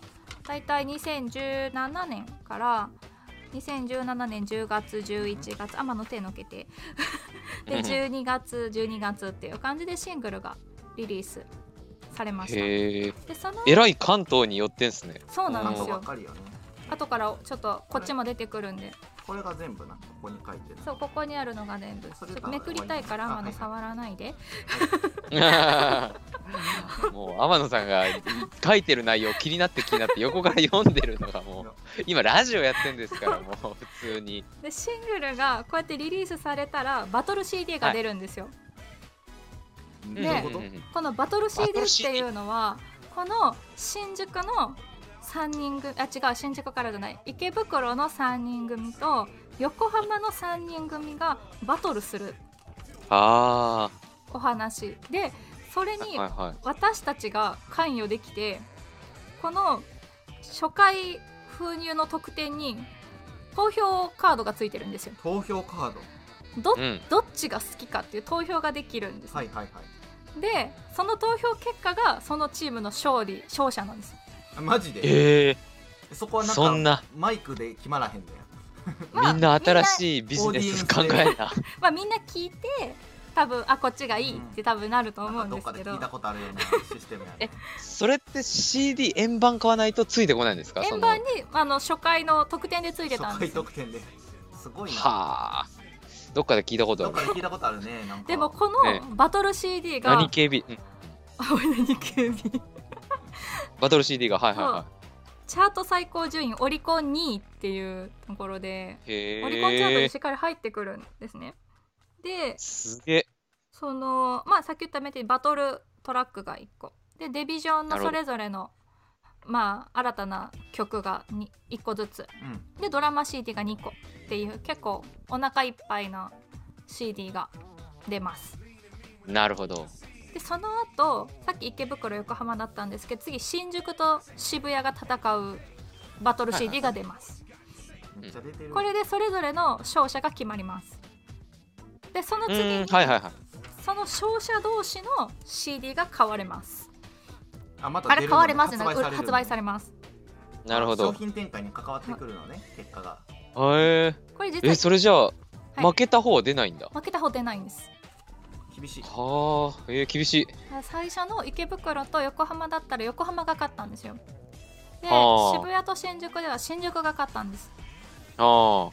大体2017年から2017年10月11月あまあの手のけてで12月12月っていう感じでシングルがリリースされましたで
へえ
その
えらい関東に寄ってんすね
そう
な
なん
ん
です
か
よ
わかるよね
後からちょっとこっちも出てくるんで
これが全部なここに書いてる
そうここにあるのが全部ちょっとめくりたいから天野触らないで
もう天野さんが書いてる内容気になって気になって横から読んでるのがもう今ラジオやってんですからもう普通に
でシングルがこうやってリリースされたらバトル CD が出るんですよ、
どう
うん
ね
いうこ
うん
と
うん
このバトル CD
バトル
っ
CD
ていうのはこの新宿の3人組あ違う新宿からじゃない池袋の3人組と横浜の3人組がバトルする
あ
お話でそれ
あはい
に
は
私たちが関与できてこの初回封入の特典に投票カードがついてるんですよ
投票カード
ど,、
いうん
どっちが好きかっていう投票ができるんですね、
はいはいは
でその投票結果がそのチームの勝利勝者なんです
いマジで
ええ
そこはなんか
そんな
マイクで決まらへんだよ
まあ
みんな新しいビジネス考えな
まあみんな聞いて多分あこっちがいいって多分なると思
な
うん
か
ん
どっかで
ですけど
聞いたことあるようなシステ ムやね
それって CD 円盤買わないとついてこないんですかそ
円
の
盤にあの初回の特典でついてた
初
んで
回
すよ
特典ですごいな
はあどっかで聞いたこと
どっ
あ
か
る
で聞いたことあるねなんか
でもこ
ね
のバトル CD が
何警備、うん、
青柳警備
バトル CD がはいはいは
チャート最高順位オリコン2位っていうところで
いへえ
オリコンチャートにしっかり入ってくるんですね。です
げえ
そのまあさっき言ったみたいにバトルトラックが1個でデビジョンのそれぞれのまあ新たな曲がに1個ずつ
うん
でドラマ CD が2個っていう結構お腹いっぱいな CD が出ます。
なるほど
でその後さっき池袋横浜だったんですけど次新宿と渋谷が戦うバトル CD が出ます。
めっちゃ出てる
これでそれぞれの勝者が決まります。でその
う
次
ーん
に
はいはいはい
その勝者同士の CD が買われます。
あま
あれ買われますね。
ね
発売発売さ
れ
れます。
る
なるほど
商品展開に関わってくるのね結果が
へえ
これ実
え
は
それじゃあ、
はい
負けた方は出ないんだ
負けた方出ないんです。
厳しい
はあえー、厳しい
最初の池袋と横浜だったら横浜が勝ったんですよ。で
あー
渋谷と新宿では新宿が勝ったんです。
あ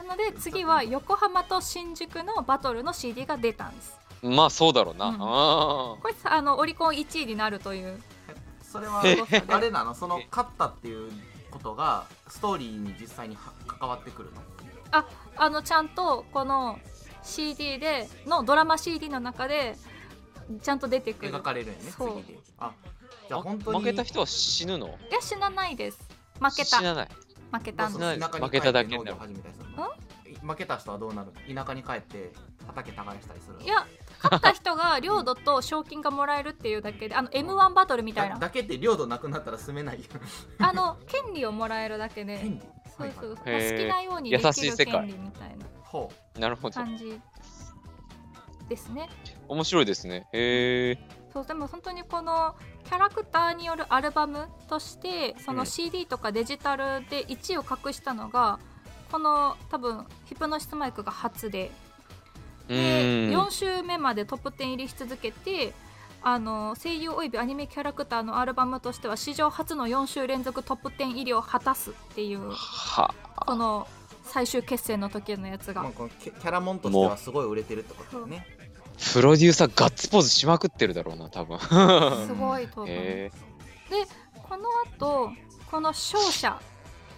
なので次は横浜と新宿のバトルの CD が出たんです。
あまあそうだろうな、
うん
あ
これあのオリコン1位になるという
それは
え
あれなのその勝ったっていうことがストーリーに実際には関わってくるの
あのちゃんとこの CD でのドラマ CD の中でちゃんと出てくる
描かれるんやね
そう
次であじ
あ
ゃあ本当に
負けた人は死ぬの
いや死なないです負けた
死なない
負けたん
死
で
なな
す
いです
田舎に
負けただけ
帰っ
に
て
な
農業
る
始めたりするの負けた人はどうなるの田舎に帰って畑耕したりするの
いや勝った人が領土と賞金がもらえるっていうだけであの m 1バトルみたい
だ
な
だけって領土なくなったら住めないよ
あの権利をもらえるだけで
権利
そ
は
う
い
そう、
はい
まあ
へー
好きなようにでき
優しい
る
世界
権利みたいな
ほ
なるほど
感じですね
面白いですねへえ
そうでも本当にこのキャラクターによるアルバムとしてそ
うん
の CD とかデジタルで1位を隠したのがこの多分ヒプノシスマイクが初で
う
で
ーん
4週目までトップ10入りし続けてあの声優およびアニメキャラクターのアルバムとしては史上初の4週連続トップ10入りを果たすっていう
は
この最終決戦の時のやつ
う、 まあ、
が
このキャキャラモンとしてはすごい売れてるってことだよね
プロデューサーガッツポーズしまくってるだろうな多分
すごいと思う。
へえ
この後この勝者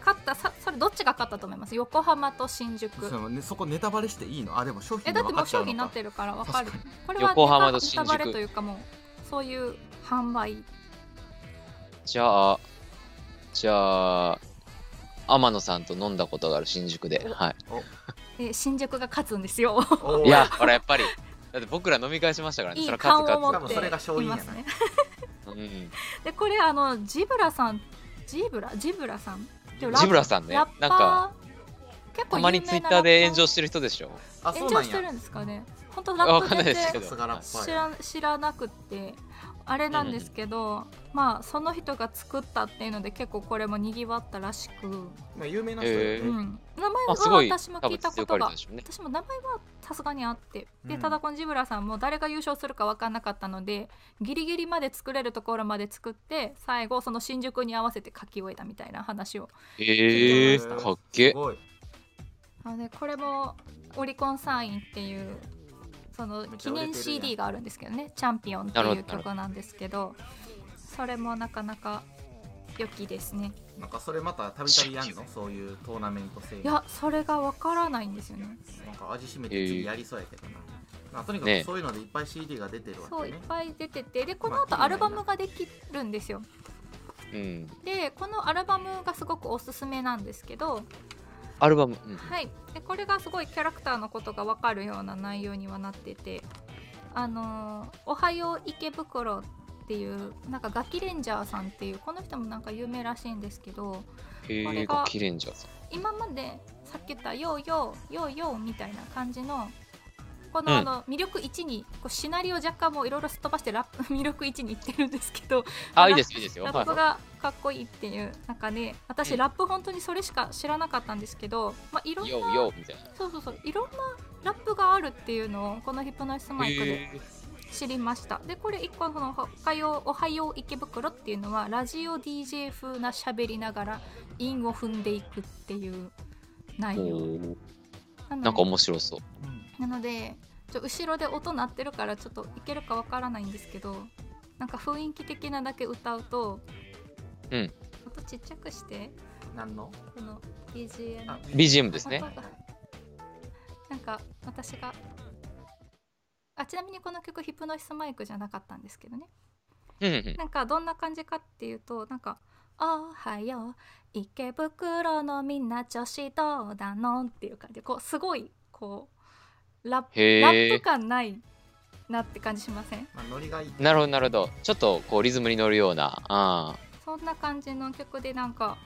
勝ったさそれどっちが勝ったと思います横浜と新宿
そのねそこネタバレしていいのあでも商品
えだってもう
ちゃ
商
う
品にな
の
っ
か
てるからわかるこれは
横浜と新宿
ネタバレというかもうそういう販売
じゃあじゃあ天野さんと飲んだことがある新宿で、は
えー新宿が勝つんですよ
おー
い、いやほらやっぱりだって僕ら飲み会しましたからね
い
そ
い
れ
勘
勝つ
を持
勝
多
っ
分それが
て
勝
い
因や
ま
な
すね
つ、うん、
でこれあのジブラさんジブラジブラさんでもラッ
ジブラさんね
ラッパ
な
ー
んか
結
た
構有名な
まにツイッターで炎上してる人でしょ
あ
ラッパ
そう
ー炎
な
上
ん
して
や
るんですかね本当ラ
わ
ッ
か
プ
んないで
全
すけ
然
ど
さすがラッパー
知
や
ら知らなくてあれなんですけど、まあその人が作ったっていうので結構これもにぎわったらしく、
まあ有名な人だ
え
よ
ー
ね
う、ん、名前
あすご
はい
多
私も聞
分
いたこ
強
と
かれた
が
でしょうね
私も名前はさすがにあってで
うん
ただこのジブラさんも誰が優勝するか分かんなかったのでギリギリまで作れるところまで作って最後その新宿に合わせて書き終えたみたいな話を
へえ
そうなんだ
かっけ
すごい
なのでこれもオリコンサインっていうその
めっち
記
ゃ売れてるやん
念 CD があるんですけどね「チャンピオン」って
なるほ
いう
どなるほど
曲なんですけどそれもなかなか良きですね
なんかそれまたたびたびやんのそういうトーナメント制
いやそれがわからないんですよね
なんか味しめて次やりそうやけどな、まあ、とにか
ね
くそういうのでいっぱい CD が出てるわけ
そういっ
ね
ぱい出ててでこの後アルバムができるんですよ
うん
でこのアルバムがすごくおすすめなんですけど、
アルバム、うん
はい、でこれがすごいキャラクターのことが分かるような内容にはなってて「あのーおはよう池袋」っていうなんかガキレンジャーさんっていうこの人もなんか有名らしいんですけどこ
へえ
れが
ガキレンジャーさん
今までさっき言った「ようようようよう」みたいな感じの。こ
うん
のあの魅力1にこうシナリオ若干もういろいろすっ飛ばしてラップ 魅力1にいってるんですけど
あいいですいいですよ
ラ
は
ッ
いは
プ
い
がかっこいいっていう中で私ラップ本当にそれしか知らなかったんですけど、まあ、いろんな
ようようみたいな
そうそうそういろんなラップがあるっていうのをこのヒプノシスマイクで
へー
知りましたでこれ1個この「おはようおはよう池袋」っていうのはラジオ DJ 風な喋りながら韻を踏んでいくっていう内容
おー
なので
なんか面白そう。
なのでちょ後ろで音鳴ってるからちょっといけるかわからないんですけどなんか雰囲気的なだけ歌うと、
うん、
音ちっちゃくして
何の
この BGM
あ
BGM ですね
音。がなんか私があちなみにこの曲ヒプノシスマイクじゃなかったんですけどね
うんうん。
なんかどんな感じかっていうとなんか「おはよう池袋のみんな女子どうだの?」っていう感じこうすごいこうラップ
へー
ラップ感ないなって感じしません
まあ、ノリがいい
なるほど、なるほど。ちょっとこうリズムに乗るような。あ
そんな感じの曲でなんか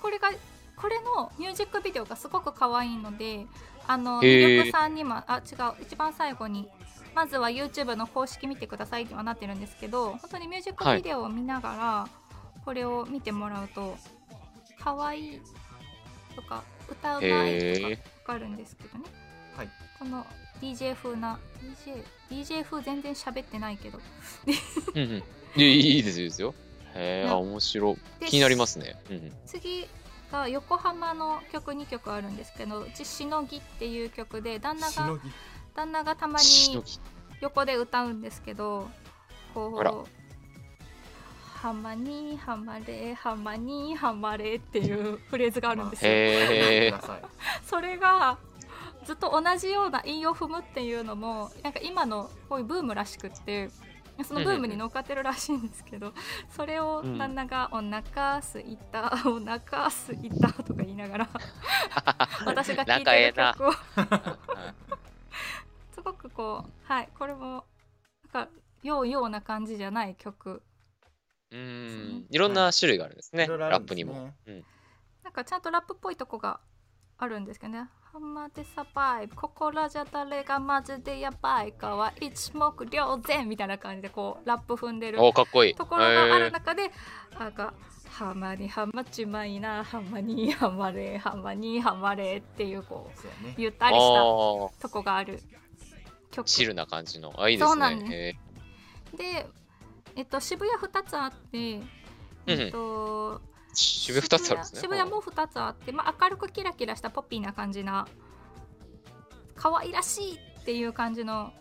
これがこれのミュージックビデオがすごく可愛いのであの
へー
魅力さんにもあ違う一番最後にまずは YouTube の公式見てくださいってはなってるんですけど本当にミュージックビデオを見ながらこれを見てもらうと可愛いとか歌う
ー
前とか
へえ。
わかるんですけどね、
はい
この DJ 風な DJ, DJ 風全然喋ってないけど
うんうん。いいいいですよ、いいですよ。へえ、
な
あ、面白い。
で
気になりますね。うんうん。
次が横浜の曲2曲あるんですけどうち「しのぎ」っていう曲で旦那
し
が
のぎ
旦那がたま
しの
に
ぎ
横で歌うんですけど
あら
こう「浜にはまれ浜にはまれ」っていうフレーズがあるんですよ。
へえ
く。ださい
それがずっと同じような韻を踏むっていうのもなんか今のこういうブームらしくってそのブームに乗っかってるらしいんですけどそれを
うん
旦那が「お腹すいたお腹すいた」とか言いな がら私が聴い
仲え
て
え
る
な
曲を
うん
すごくこうはいこれもなんかようような感じじゃない曲
う
そうね
ん。いろんな種類があるんですね。
いろいろあ
ラ
る
ッ
ん
プ
です
に
ね
も。
なんかちゃんとラップっぽいとこがあるんですけどね。ハンマーでサバイブ、ここらじゃ誰がマジでやばいかは一目瞭然みたいな感じでこうラップ踏んでる
おかっこいい。
ところがある
へ
中で、なんか、ハマにハマちまいな、ハマにハマれ、ハマにハマれっていうこ
そうやね
う、ゆ
え
ったりした
あ
とこがある
あ、
曲
チルな感じの。あ、いいです
そうなんです
ね。へえ
で、えっと、渋谷2つあって、えっと、
渋谷二つあるんですね。
渋谷渋谷も2つあって、まあ、明るくキラキラしたポッピーな感じな可愛らしいっていう感じの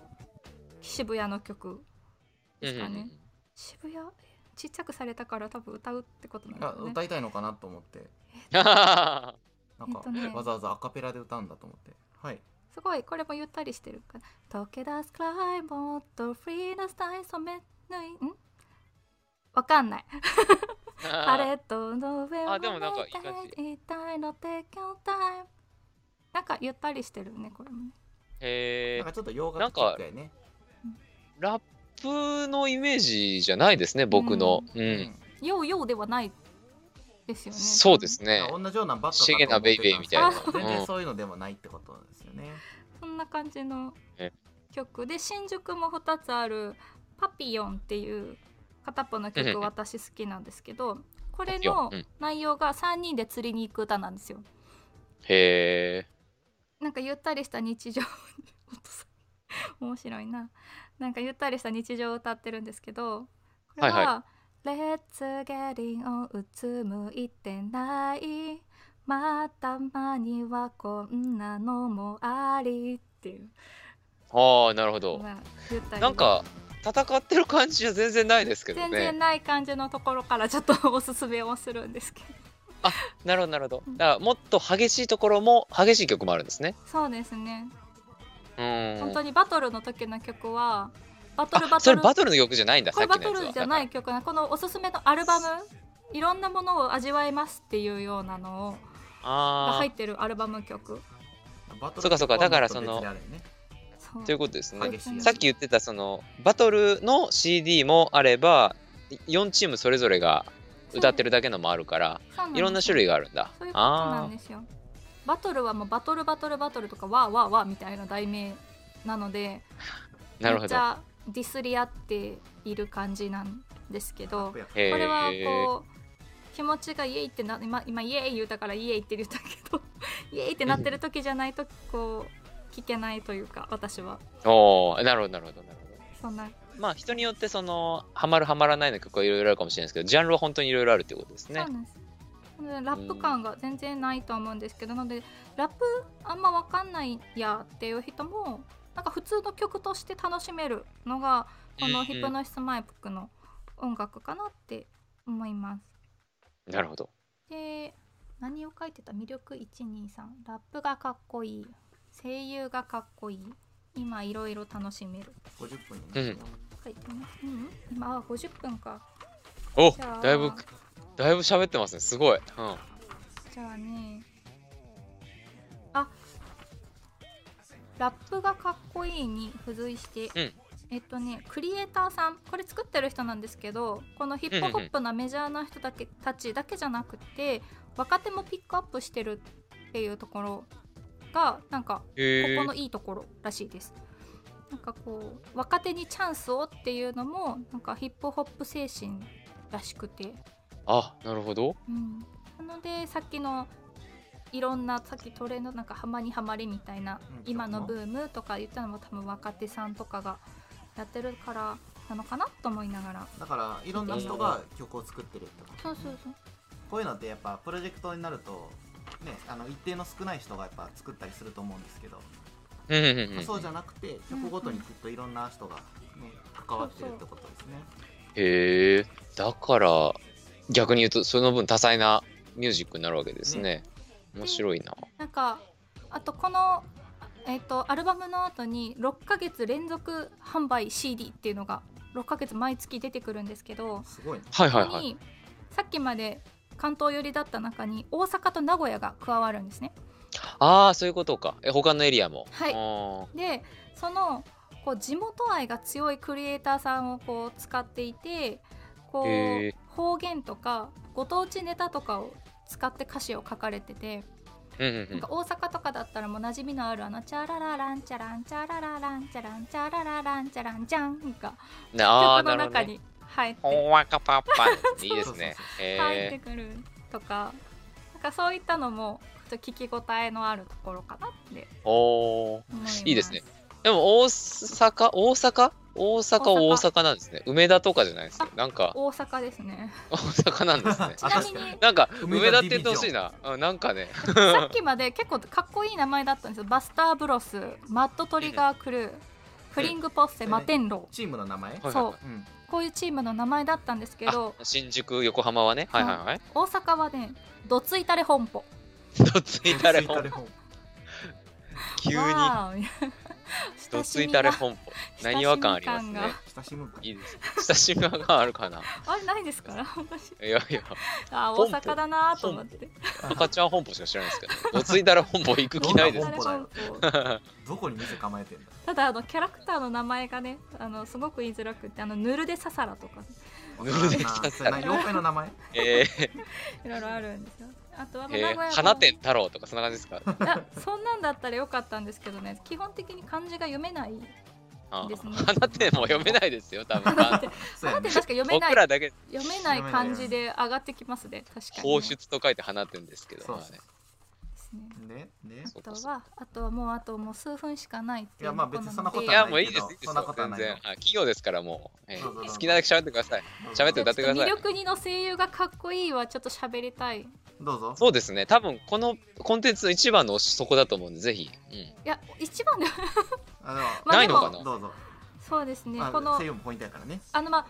渋谷の曲ですかね、
うんうんうん
渋谷ちっちゃくされたから多分歌うってことなん
あ
だよね
歌いたいのかなと思ってなん
えっ
か、
とね
わざわざアカペラで歌うんだと思ってはい
すごいこれもゆったりしてるから溶け出すくらいもっとフリーなスタイル染めぬいんわかんない パレットの上を
あでもなんかいい感じ
歩ていたいの提供タイムなんかゆったりしてるねこれもね
へ
な
え
んかちょっと洋楽チックやね
ラップのイメージじゃないですね、僕の。うん。
ようようではないですよね。
そうですね。
同じようなばっか
シゲナベイベーみたいな
と思ってたんですけど全
うん
然そういうのでもないってことですよね、
そんな感じの
え
曲で新宿も2つある「パピヨン」っていう片っぽの
うんうん
曲私好きなんですけどこれ
よ
の
うん、へ
内容が3人で釣りに行く歌なんですよ。
え。
なんかゆったりした日常お父さん面白いななんかゆったりした日常を歌ってるんですけどこれは「
はい
Let's get in をうつむいてない」「またまにはこんなのもあり」っていう、
ああ、なるほど。
まあ、ゆったりな
なんか、戦ってる感じは全然ないですけど
全
ね
然。ない感じのところからちょっとおすすめをするんですけど
なるほど、なるほど
う。ん
だから、もっと激しいところも、激しい曲もあるんですね。
そうですね
うーん。
本当にバトルの時の曲はバトルバ
あそ
ト
れ
ル
バトルの曲じゃないんだ、
こ
さっ
れ
きの
バト
やつ
ル
は。
じゃない曲なこのおすすめのアルバムいろんなものを味わえますっていうようなのをが
あ
入ってるアルバム曲
バトル
そうかそうかだからその
別にあれね
そう
あ、ということですね。
激しいやつ
さっき言ってた、その、バトルの CD もあれば、4チームそれぞれが歌ってるだけのもあるから、
そうです
いろんな種類があるんだ
そういう。ことな
あ
んですよバトルはもうバトルバトルバトルとかわーわーわーみたいな題名なので
あ、なる
め
ほ
っち
ど。へ
ゃディスり合っている感じなんですけどこ
え。
れはこう気持ちがイエイってな 今今イエイ言うたからイエイって言ったけどイエイってなってる時じゃないとこう聞けないというか私は
おーなるほど、なるほど、なるほど。
そんな
まあ、人によって、その、ハマる、ハマらないの曲はいろいろあるかもしれないですけど、ジャンルは本当にいろいろあるってことですね
そう。なんですなのでラップ感が全然ないと思うんですけどなのでラップあんま分かんないやっていう人もなんか普通の曲として楽しめるのがこ
うんう
の
ん
ヒプノシスマイプの音楽かなって思います。
なるほど。
で何を書いてた魅力123ラップがかっこいい声優がかっこいい今いろいろ楽しめる
50分になるよ
書いてます、うんうん、今あ50分か
お
じゃあ
だいぶ、だいぶ喋ってますね。すごい。うん。
じゃあねあラップがかっこいいに付随して、
うん
えっとねクリエイターさんこれ作ってる人なんですけどこのヒップホップなメジャーな人だけ、たちだけじゃなくて若手もピックアップしてるっていうところがなんかこ
へえ
こ。のいいところらしいです。なんかこう若手にチャンスをっていうのもなんかヒップホップ精神らしくて
あ、なるほど。
うん、なのでさっきのいろんなさっきトレンドなんかハマにハマりみたいな、
うん
今のブームとか言ったのも多分若手さんとかがやってるからなのかなと思いながら
だからいろんな人が曲を作ってるってこと
そうそうそう
こういうのってやっぱプロジェクトになるとねあの一定の少ない人がやっぱ作ったりすると思うんですけど、
うんうんうんうん。
そうじゃなくて曲ごとにきっといろんな人が、ね、関わってるってことですね
へえ。だから、逆に言うと、その分多彩なミュージックになるわけですね。面白いな。
なんかあとこのえっ、とアルバムの後に6ヶ月連続販売 CD っていうのが6ヶ月毎月出てくるんですけど
すごいね
はい
こ
はい
こ
はい。
にさっきまで関東寄りだった中に大阪と名古屋が加わるんですね。
ああ、そういうことか。え、他のエリアも。
はい
あ
でそのこう地元愛が強いクリエイターさんをこう使っていてこ
へー
う方言とかご当地ネタとかを使って歌詞を書かれてて、
ーうんうんう
なん
ん
か。大阪とかだったらもう馴染みのあるあの「チャララランチャランチャララランチャランチャララランチャランチャン」が
ねああ、
曲
なる
の
ほど
中
ね。
に入って
ほんわかパッパン。いいですね
そう。。
入っ
へ
てくるとかなんかそういったのもちょっと聞き応えのあるところかなって
え。おお。
思います。
いいですねでも大阪大阪大阪
大阪
大阪なんですね。梅田とかじゃないですね。なんか
大阪ですね。
大阪なんですね
ちなみに
なんか
梅田
梅田って言ってほしいな。うんなんかね。
さっきまで結構かっこいい名前だったんですよバスターブロスマットトリガークルーフリングポッセマテンロ
チームの名前、
は
ウ
いは
そ
うん、
うこういうチームの名前だったんですけど
あ新宿横浜はね。はいはいはい。
大阪はねどついたれ本舗
どついたれ本
れ本
急に
わー
ど
親
つ
し
い
み
たれ
が
本舗。何和感ありますね
親しみ。
親しむか
いいです。親しみ和感あるかな。
あれな いですから私
いやいや。
あ
本
大
舗
阪だなと思って
赤ちゃん本舗しか知らないですけど。どついたれ本舗行く気な いです
本。舗だよ
どついたれ本舗
どこに店構えてん だ
ただあのキャラクターの名前がねあのすごく言いづらくてあのヌルデササラとか
ぬるでさ
それ な妖怪の名前
え
いろいろあるんですよあとは
ー
まあ名
え
古屋
ー
も
花店太郎とかそんな感じですか。
いやそんなんだったらよかったんですけどね基本的に漢字が読めない
あ
ですね
ー花店も読めないですよ。多分。
そう
花
や
って
ね
確か読めな
僕
い
らだけ
読めない漢字で上がってきますね確かにね、
放出と書いて放ってんですけど、
そう
まあ
そう
ね
ですね
ねね
そ
あ
う
と
かそう
はあとはもうあともう数分しかないって
いう
い
やまあ別にそんなこと
い
は
やもういいです、いいです
そんなこ
よ、
とは
全
ない
然。
よ
はい企業ですからもう、えー
そうそうそう
好きなだけ喋ってください。喋って歌ってください
魅力2の声優がかっこいいはちょっと喋りたいい
どうぞ
そうですね、多分このコンテンツの一番の推しそこだと思うんで、ぜひ。うん、
や一番で
あの
まあ
ないのかな
どうぞ
そうですね
あ
この
声優もポイントやからね
あのまあ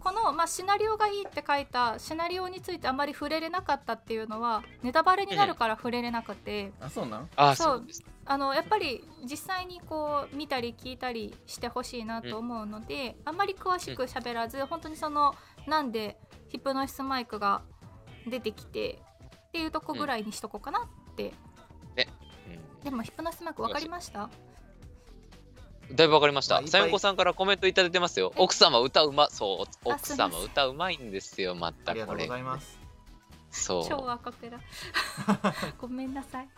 この、まあ、シナリオがいいって書いたシナリオについてあんまり触れれなかったっていうのはネタバレになるから触れれなくて、
あそうなん
ああ、
そ
そううです。
あのやっぱり実際にこう見たり聞いたりしてほしいなと思うので、あんまり詳しく喋らず、本当にそのなんでヒプノシスマイクが出てきてっていうとこぐらいにしとこうかなって、
う
でもヒプノシスマイク分かりました
んだいぶわかりまし
まあい
た。
っぱい
さよこさんからコメントいただいてますよ。奥様歌うまそう。
あ
奥
すいません
様歌うまいんですよ。ま
あ
た
りがと
こ
うご
れ
ざ。います
そ
超
う。
アカ ペラごめんなさい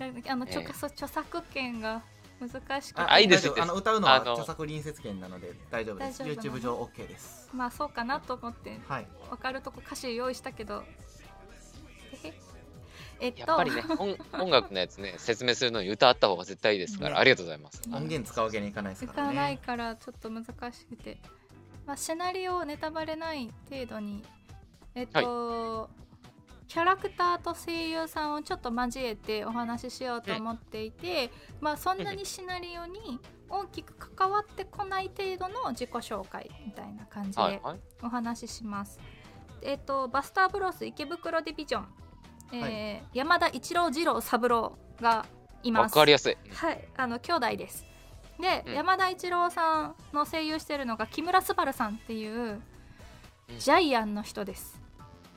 あの著,、
ええ
そう著作権が難しくて
あいいですいいです
あの歌うのは
あの
著作隣接権なので大丈夫です
大丈夫なの
YouTube 上 OK です
まあそうかなと思って
はい
分かるとこ歌詞用意したけどえへえっと
やっぱりね、音音楽のやつね、説明するのに歌あった方が絶対いいですから、
ね
ありがとうございます。
音源使うわけにいかないです
時
からね
間ないからちょっと難しくて、まあ、シナリオをネタバレない程度にえっと、キャラクターと声優さんをちょっと交えてお話ししようと思っていて、まあそんなにシナリオに大きく関わってこない程度の自己紹介みたいな感じで、
はい、はい。
お話しします。えっ、とバスターブロス池袋ディビジョン、えー山田一郎二郎三郎がいま
わ
す。
かりやすい。
はい、あの兄弟です。で、
うん
山田一郎さんの声優してるのが木村昴さんっていう
うん
ジャイアンの人です。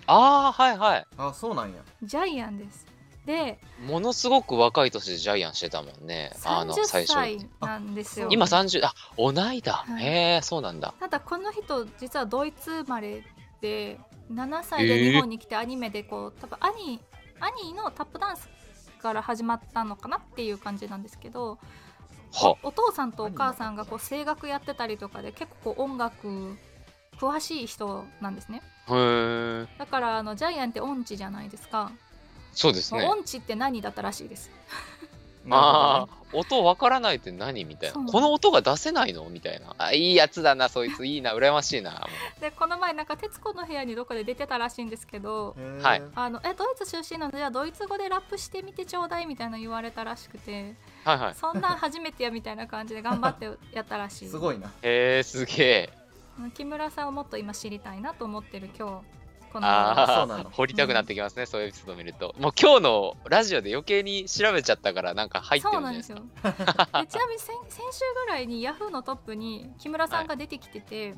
ああ、はいはい。
あそうなんや
ジャイアンです。で、
ものすごく若い年でジャイアンしてたもんね。あの、
30
最初。
歳なんですよ。
今30、あ、同いだ。
はい
へえ、そうなんだ。
ただこの人実はドイツ生まれで7歳で日本に来てアニメでこう、多分兄兄のタップダンスから始まったのかなっていう感じなんですけど
は。
お父さんとお母さんがこう声楽やってたりとかで結構こう音楽詳しい人なんですね
へえ。
だからあのジャイアンって音痴じゃないですか、
そうですね。
音痴って何だったらしい です
ああ、音わからないって何みたい
そう
な。この音が出せないのみたいな。あ、いいやつだな、そいつ。いいな、羨ましいな。も
でこの前なんか『徹子の部屋』にどこで出てたらしいんですけど
へー
はい
あのえドイツ出身なのでじゃあドイツ語でラップしてみてちょうだいみたいな言われたらしくて
うはいはい。
そんなん初めてやみたいな感じで頑張ってやったら しい。
すごいな
へえ、すげえ。
木村さんをもっと今知りたいなと思ってる今日この
あ
ー
あ、
そうなの
掘りたくなってきますね、そういうエピソードを見ると。もう今日のラジオで余計に調べちゃったから、なんか入ってる
そうん
じゃ
な
なんい
で
ですすか。
よ。でちなみに先先週ぐらいにヤフーのトップに木村さんが出てきてて、
はい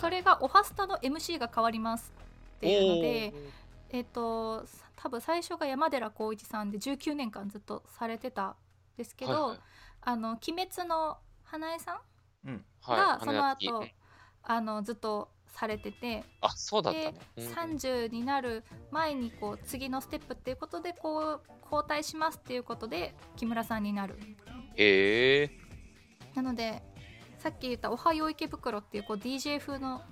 それがオハスタの MC が変わりますっていうので、
おー
えっとさ多分最初が山寺宏一さんで19年間ずっとされてたんですけど、
はいはい
あの鬼滅の花江さん
うん
が
はい、
その
羽
後、
田行き
あのずっとされてて。
あ、そうだった
で
ね。うん
30になる前にこう次のステップっていうことでこう交代しますっていうことで木村さんになる
へえ。
なのでさっき言った「おはよう池袋」っていうこう DJ 風の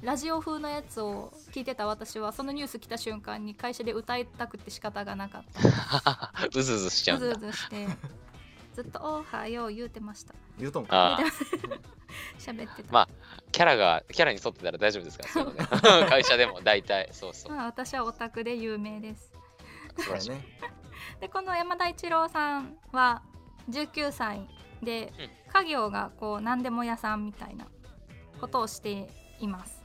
ラジオ風のやつを聞いてた私はそのニュース来た瞬間に会社で歌いたくて仕方がなかっ
うずうずしち
た
ゃ
う
う
ず
ん
う
だ。
ずしてずっと「おはよう」言うてました
言うとんか
ああ、
喋ってた、
まあキャラが、キャラに沿ってたら大丈夫ですから、そういうのね 会社でも大体、そうそう。
まあ、私はオタクで有名です
素晴
そう
ら
や
しい。
ね
でこの山田一郎さんは19歳で家業がこう何でも屋さんみたいなことをしています。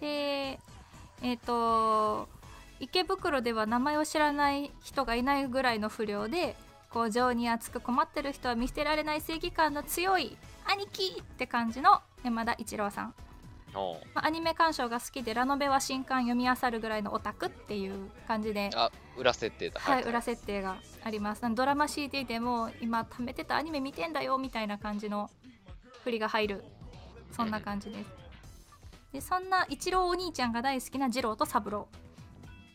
でえっ、と池袋では名前を知らない人がいないぐらいの不良でこう情に厚く困ってる人は見捨てられない正義感の強い兄貴って感じの山田一郎さん、
おう
まあ、アニメ鑑賞が好きでラノベは新刊読み漁るぐらいのオタクっていう感じで
あ、裏設定だ。
はい、裏設定があります。ドラマ CD でも今貯めてたアニメ見てんだよみたいな感じの振りが入るそんな感じです。でそんな一郎お兄ちゃんが大好きな二郎と三郎、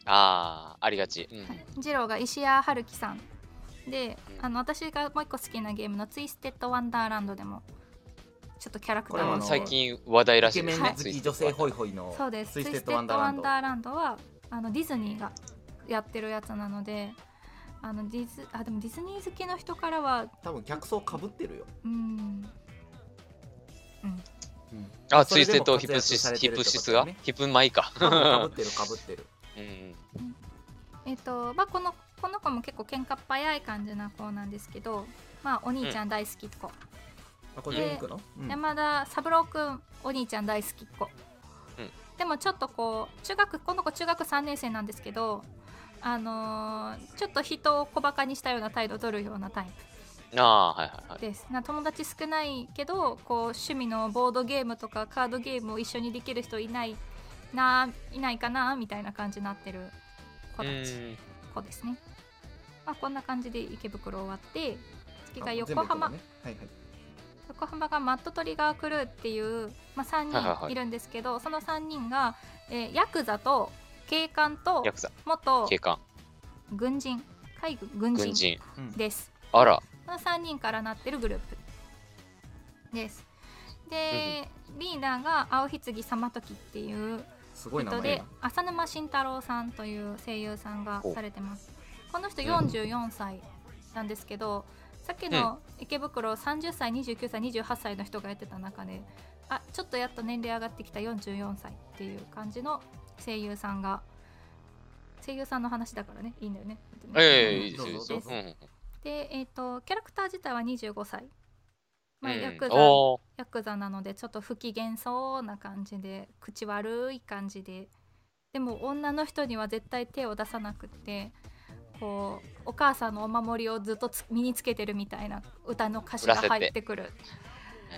ああ、ありがち。うん
はい、二郎が石谷春樹さんであの私がもう一個好きなゲームの「ツイステッド・ワンダーランド」でもちょっとキャラクタ
これは
ー
あ
を
の
最近話題ら
イケ
しいで
メン
す
の
ね
好。
ツイ
き
ステ
女性
ッド
ホイホイの
そうで
ツ
す「ツ
イ
イ
ス
ス
テ
テ
ッ
ッ
ド
ド・
ワ
ワ
ンダ
ンダ
ー
ー
ラ
ラ
ン
ン
ド
ド」はあのディズニーがやってるやつなのであのディズあでもディズニー好きの人からは
多分客層かぶってるよ
うん
あ、
そ
ツ
れ
イス
で
テ
も
ッドヒップ
活
シ
躍さ
ス、
れて
ヒ
るっ
ッ
てこ
プ
と
シ
だ
スが
ね
ヒップマイか。
多分かぶってるかぶ ってる
うん
えっとまあ、このこの子も結構喧嘩っ早い感じな子なんですけど、まあ、お兄ちゃん大好きっ子、
あこれでいくのうん
山田三郎くんお兄ちゃん大好きっ子、
うん
でもちょっとこう中学この子中学3年生なんですけど、あのーちょっと人を小バカにしたような態度を取るようなタイ
ああー、はいはいはい
プ。ですな友達少ないけどこう趣味のボードゲームとかカードゲームを一緒にできる人いないないないかなみたいな感じになってる子たち。
うん
子ですね。まあ、こんな感じで池袋終わって次が
あ
横浜、
全部いくのねはいはい
横浜がマットトリガークルーっていう、まあ、
はいは
3
いは
人
い
いるんですけど、その3人が、えーヤクザと警官と
ヤクザ、
元
警官、
軍人海軍軍
軍
人
人。
うん
です。
あら、
その3人からなってるグループです。で、リーダーが青棺様時っていう
すごい名
人
前や
で
な
浅沼慎太郎さんという声優さんがされてますこの人44歳なんですけど、さっきの池袋30歳29歳28歳の人がやってた中であちょっとやっと年齢上がってきた44歳っていう感じの声優さんが声優さんの話だからねいいんだよね。
ええいいです
ど
よ、
う
いいです
ぞ
よ。
どう
う
ぞ
ん。
で、えー、とキャラクター自体は25歳、まあ、
うん
ヤクザ
おー
ヤクザなのでちょっと不機嫌そうな感じで口悪い感じででも女の人には絶対手を出さなくってこうお母さんのお守りをずっとつ身につけてるみたいな歌の歌詞が入ってくる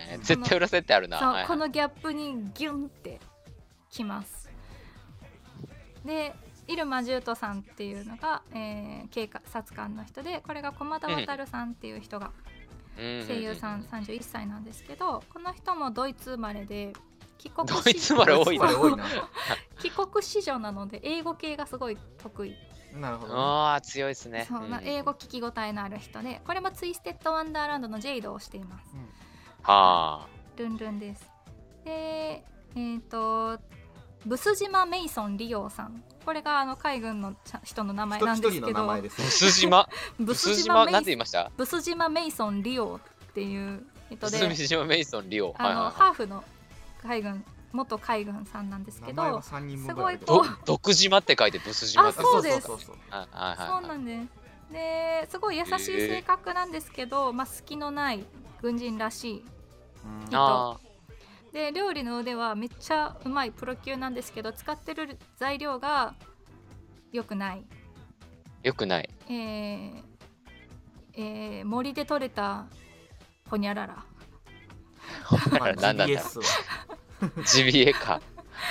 えー絶対裏設定あるな。
そう、
はい
このギャップにギュンってきますで入間重斗さんっていうのが、えー警察官の人でこれが駒田渉さんっていう人が声優さ。
うんう
ん
ん
31歳なんですけどこの人もドイツ生まれで帰国
ドイツ生まれ多いな
これ多いな
帰国子女なので英語系がすごい得意、
なるほど、ね、
ああ、強いですね。
そうな英語。聞き応えのある人でこれもツイステッドワンダーランドのジェイドをしています
はあ。
ルンルンですでえっ、とブス島メイソン・リオさんこれがあの海軍のちゃ人の名前なん
一
です
人の
け
名
ど
前ですね
ブス島。
ブ
ブ
ス
ス
島
島、
メ
なん
イ
て言いました
ブス島メイソン・リオっていう人
ブ
で
ス島メイソン、リオ。
あ
はい
の、
は
ハーフの海軍元海軍さんなんですけ
名
ど
前は3人分ぐらいある
い。
すご
ど
い、
毒島って書いてブス島
あ
って。
そうです
そうそう
はいはいはい。
そうなんですですごい優しい性格なんですけど、まあ、隙のない軍人らしい
うん
あ
あ
で料理の腕はめっちゃうまいプロ級なんですけど使ってる材料が良くない、
ーよく ない。
えーえー森で採れたほにゃらら
まあ
なんだなんだ
GBS は
ジビエか。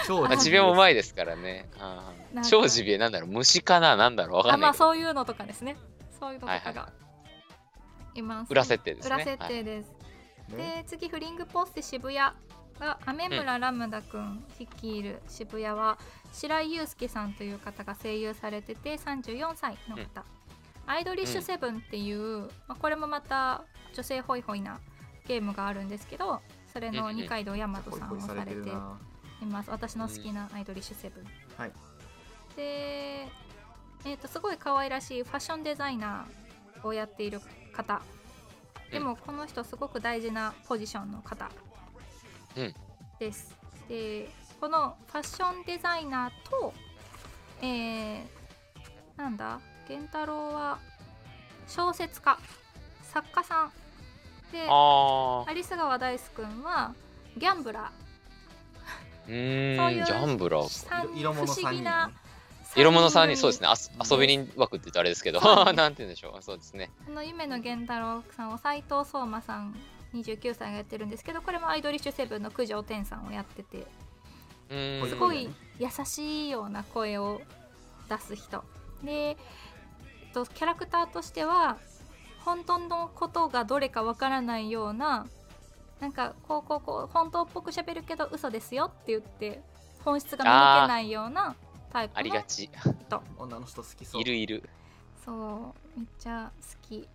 超
あジビエもうまいですからね。あー
なんか
超ジビエなんだろう虫かななんだろうわか
あ
んな
ま
い
あ
けど。
そういうのとかですねそういうのとか
はい
がいます、
裏設定ですね。
裏設定です、
ね
で次フリングポステ渋谷が雨村ラムダくん率いる渋谷は白井祐介さんという方が声優されてて34歳の方、アイドリッシュセブンっていう、まあ、これもまた女性ホイホイなゲームがあるんですけどそれ
うん
の
うん
二階堂大和
ホイ
さん
ホ
を
イさ
さ
れ
れ
て
て
るない
ます私の好きなアイドリッシュセブン、
はい
で、えー、とすごい可愛らしいファッションデザイナーをやっている方でもこの人すごく大事なポジションの方
うん
です、でこのファッションデザイナーとえー、なんだ源太郎は小説家作家さんで
ああ。
有栖川大輔君はギャンブラー
う
そうい
ー、
うん
ジャンブラー。
さん
色色物
不思
三
議
人
な
色物さんにそうです
ね
ねあす遊び人枠って言うとあれですけど、
そうね
なんて言うんでしょうそうですね
この夢の源太郎さんを斎藤聡馬さん29歳がやってるんですけどこれもアイドリッシュセブンの九条天さんをやってて
うーん
すごい優しいような声を出す人で、えっと、キャラクターとしては本当のことがどれかわからないようななんかこうこうこう本当っぽく喋るけど嘘ですよって言って本質が見抜けないようなタイプ
あり
の
がち
女の人好きそう
いるい る
そうめっちゃ好き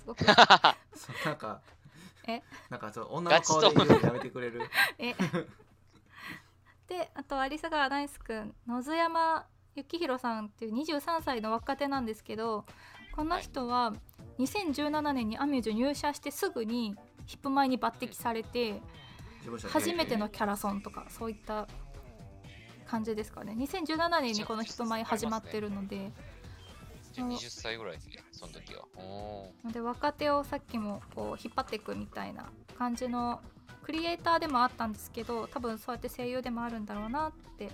すごく
そう なんか
え
なんかそう女の顔で言うのやめてくれ る
えであと有栖川大輔君野津山幸宏さんっていう23歳の若手なんですけどこの人は2017年にアミュージュ入社してすぐにヒップマイに抜擢されて
事務所で
初めてのキャラソンとかそういった感じですかね2017年にこのヒップマイ始まってるので
20歳ぐらいですねその時はお
ので若手をさっきもこう引っ張っていくみたいな感じのクリエイターでもあったんですけど多分そうやって声優でもあるんだろうなって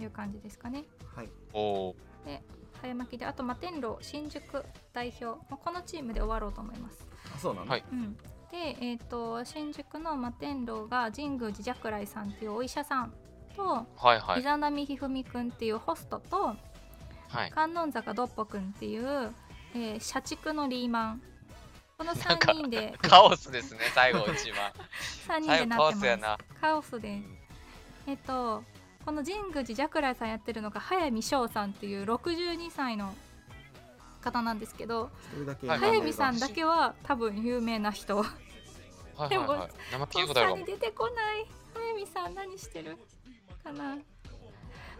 いう感じですかね
はい
ーおー
早巻きであと摩天楼新宿代表まあこのチームで終わろうと思います、
あそうなの、
はい
うん、で、えー、と新宿の摩天楼が神宮寺雀来さんっていうお医者さんと
はいはい
伊沢波ひふみくんっていうホストと
はい
観音坂どっぽくんっていう、えー社畜のリーマンこ
な
の
んか
3人で
カオスですね最後一 番
3人
最
で
後
な
カ
っ
オ
てま
ス
す
やな
カオスでえっとこの神宮寺ジャクラさんやってるのが早見翔さんっていう62歳の方なんですけど
一人だけ
はい
早見さ
はい
んだけは多分有名な人
はい
で
は
も
いはい生聞い
と
たことあ
っ
るか
さに
も
出てこない早見さん何してるかな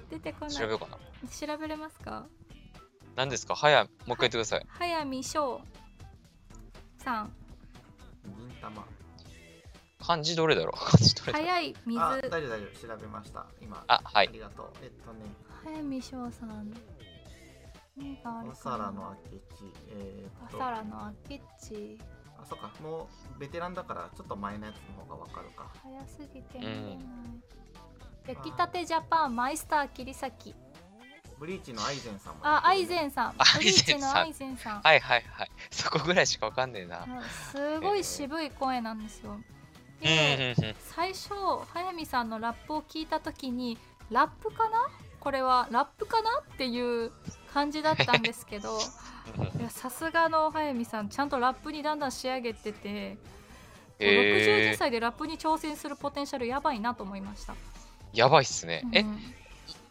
出てこない
調べようかな
調べれますか
何ですかはや、もう一回言ってください。
早見翔さん
銀玉
漢字どれだろう 漢字どれだろう
早い水
あ大丈夫大丈夫調べました今
あ、は
あ
い。
りがとうえっとね
早見翔さん目がある
お
か
皿
な
の明智えーっ
お
と
皿の明智
あそっかもうベテランだからちょっと前のやつの方がわかるか
早すぎて見れない、焼きたてジャパンマイスター切り裂き
ブリーチのアイゼンさんも
あアイゼ
ン
ンさん
あ
ブリーチのア
ア
イ
イ
ゼンさん
はいはいはい。そこぐらいしかわかんねえな。
うんすごい渋い声なんですよ
うん
で
うんうん。
最初早見さんのラップを聞いた時にラップかなこれはラップかなっていう感じだったんですけ ど いやさすがの早見さんちゃんとラップにだんだん仕上げてて、
え
62歳でラップに挑戦するポテンシャルやばいなと思いました、
ー、やばいっすね。
う
え、
ん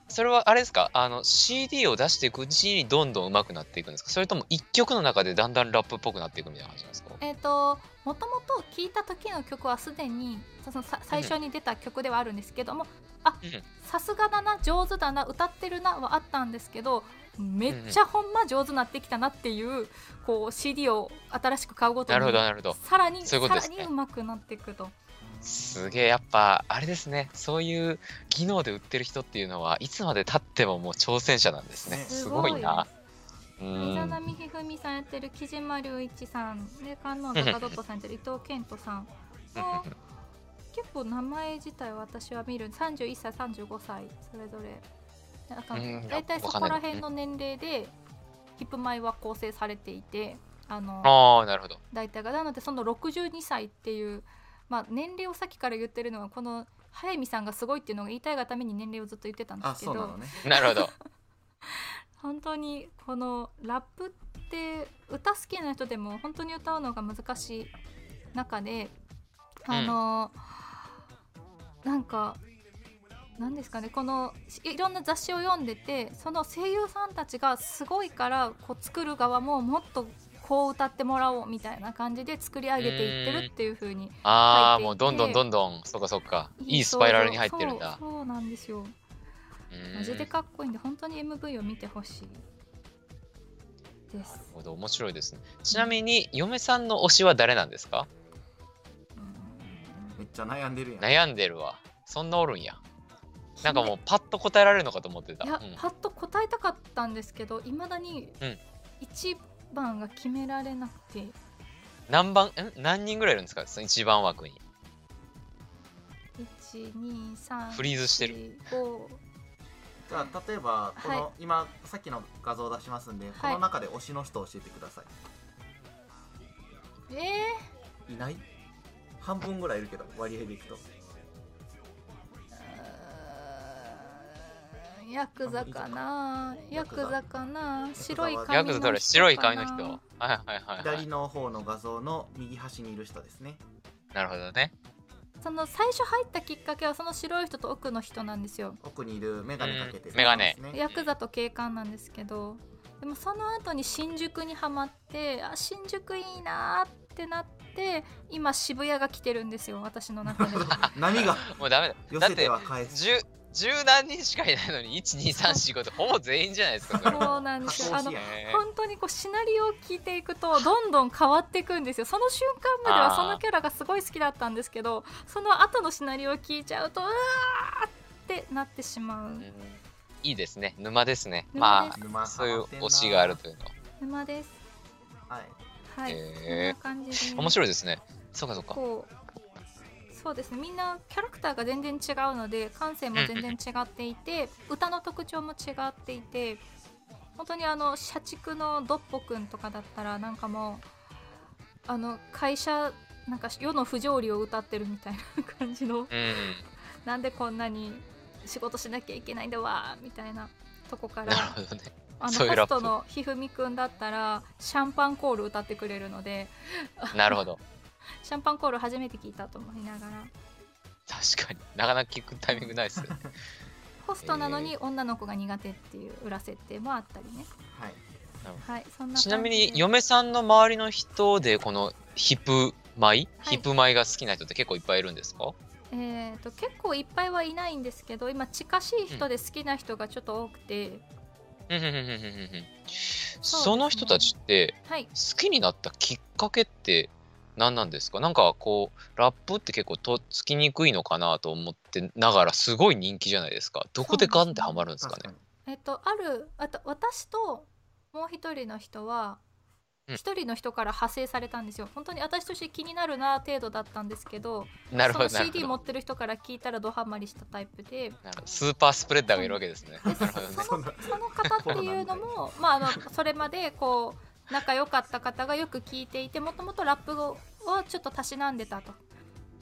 それはあれですかあの CD を出していくうちにどんどん上手くなっていくんですかそれとも一曲の中でだんだんラップっぽくなっていくみたいな感じなんですか
えっ、ともともと聴いた時の曲はすでにそそのさ最初に出た曲ではあるんですけども、あ
うん
さすがだな上手だな歌ってるなはあったんですけどめっちゃほんま上手なってきたなっていうこう CD を新しく買うごと
な
に
るほどなるほど
さらに
そういうことで
さ
す
ら
ね
に上手くなっていくと
すげえやっぱあれですねそういう技能で売ってる人っていうのはいつまでたってももう挑戦者なんですね
ね
すごいなう
枝
ん
波ひふみさんやってる木島隆一さんで観音坂ドットさんやってる伊藤健人さ んも結構名前自体は私は見る31歳35歳それぞれなんか
うん
大体そ
わか
こ
んない
ら辺の年齢でヒップマイは構成されていてあの
ああなるほど
大体がなのでその62歳っていう、まあ、年齢をさっきから言ってるのはこの早見さんがすごいっていうのが言いたいがために年齢をずっと言ってたんで
あ
すけ
そうなの
ど
ね
なるほど
本当にこのラップって歌好きな人でも本当に歌うのが難しい中であの、なんかなんですかねこのしいろんな雑誌を読んでてその声優さんたちがすごいからこう作る側ももっとこう歌ってもらおうみたいな感じで作り上げていってるっていう風に
ああ
書いていて
もうどんどんどんどんそっかそっかいいスパイラルに入ってるんだ
そうそうなんですよ
うん
マジでかっこいいんで本当に MV を見てほしいです
なるほど面白いですねちなみに嫁さんの推しは誰なんですか
めっちゃ悩んでるやん
悩んでるわそんなおるんやなんかもうパッと答えられるのかと思ってた
いや、
うん
パッと答えたかったんですけどいまだに
うん
一番が決められなくて、
何番ん何人ぐらいいるんですかその一番枠に
一二三
フリーズしてる
四五
じゃあ例えばこの、
は
今さっきの画像を出しますんで、この中で推しの人を教えてくださ
え
いいない半分ぐらいいるけど割合でいくと
ー、うーんヤクザかなヤ
ヤクザ
クザかな
ザ
白い髪の人かな
ヤクザどれ白い髪の人はいはいはい、は
左
い、
の方の画像の右端にいる人ですね
なるほどね
その最初入ったきっかけはその白い人と奥の人なんですよ
奥にいる眼鏡かけてる
うんメガネ
ですね
ヤクザと警官なんですけどでもその後に新宿にはまってあ新宿いいなーってなって今渋谷が来てるんですよ私 の中で
波が
もうダメだ
寄
だっ
せ
て
ては返す
十十何人しかいないのに12345ってほぼ全員じゃないですかそれ
そうなんですよあ
加
の
工しや
ね
本当にこうシナリオを聞いていくとどんどん変わっていくんですよその瞬間までは
あー
そのキャラがすごい好きだったんですけどその後のシナリオを聞いちゃうとうわーってなってしま
う
うん
いいですね沼ですね
沼で
ます
沼
あそういう
ハマってんな
推しがあるというのは
沼です
はい
はい、
へー
そんな感じで
面白いですねそうかそうか
こうそうですねみんなキャラクターが全然違うので感性も全然違っていて歌の特徴も違っていて本当にあの社畜のドッポくんとかだったらなんかもうあの会社なんか世の不条理を歌ってるみたいな感じの
うん
なんでこんなに仕事しなきゃいけないんだわーみたいなとこから
なる ほど ね
あの
そういう
ホ
ラ
ス
ップ
トのひふみくんだったらシャンパンコール歌ってくれるので
なるほど
シャンパンコール初めて聞いたと思いながら
確かになかなか聞くタイミングないですね
ホストなのに女の子が苦手っていう裏設定もあったりね。
はい
はい、そんな感じ
ちなみに
で
嫁さんの周りの人でこのヒップマイ、
はい
ヒップマイが好きな人って結構いっぱいいるんですか
えー、と結構いっぱいはいないんですけど今近しい人で好きな人がちょっと多くて、
うんうんうんうんうんうんその人たちって
はい
好きになったきっかけって何なんですかなんかこうラップって結構とっつきにくいのかなと思ってながらすごい人気じゃないですかどこでガンってハマるんですかね
に。
えっとあるあと私ともう一人の人は
うん
一人の人から派生されたんですよ本当に私として気になるな程度だったんですけど
なるほど
そ
な
の
る
CD
ほ
持
ど
ってる人から聞いたらドハマりしたタイプで
なるほどスーパースプレッダーがいるわけですね。
でそ
な
そ
るほどね
のその方ってい うのも、まあ、あのそれまでこう仲良かった方がよく聞いていてもともとラップをちょっとたしなんでたと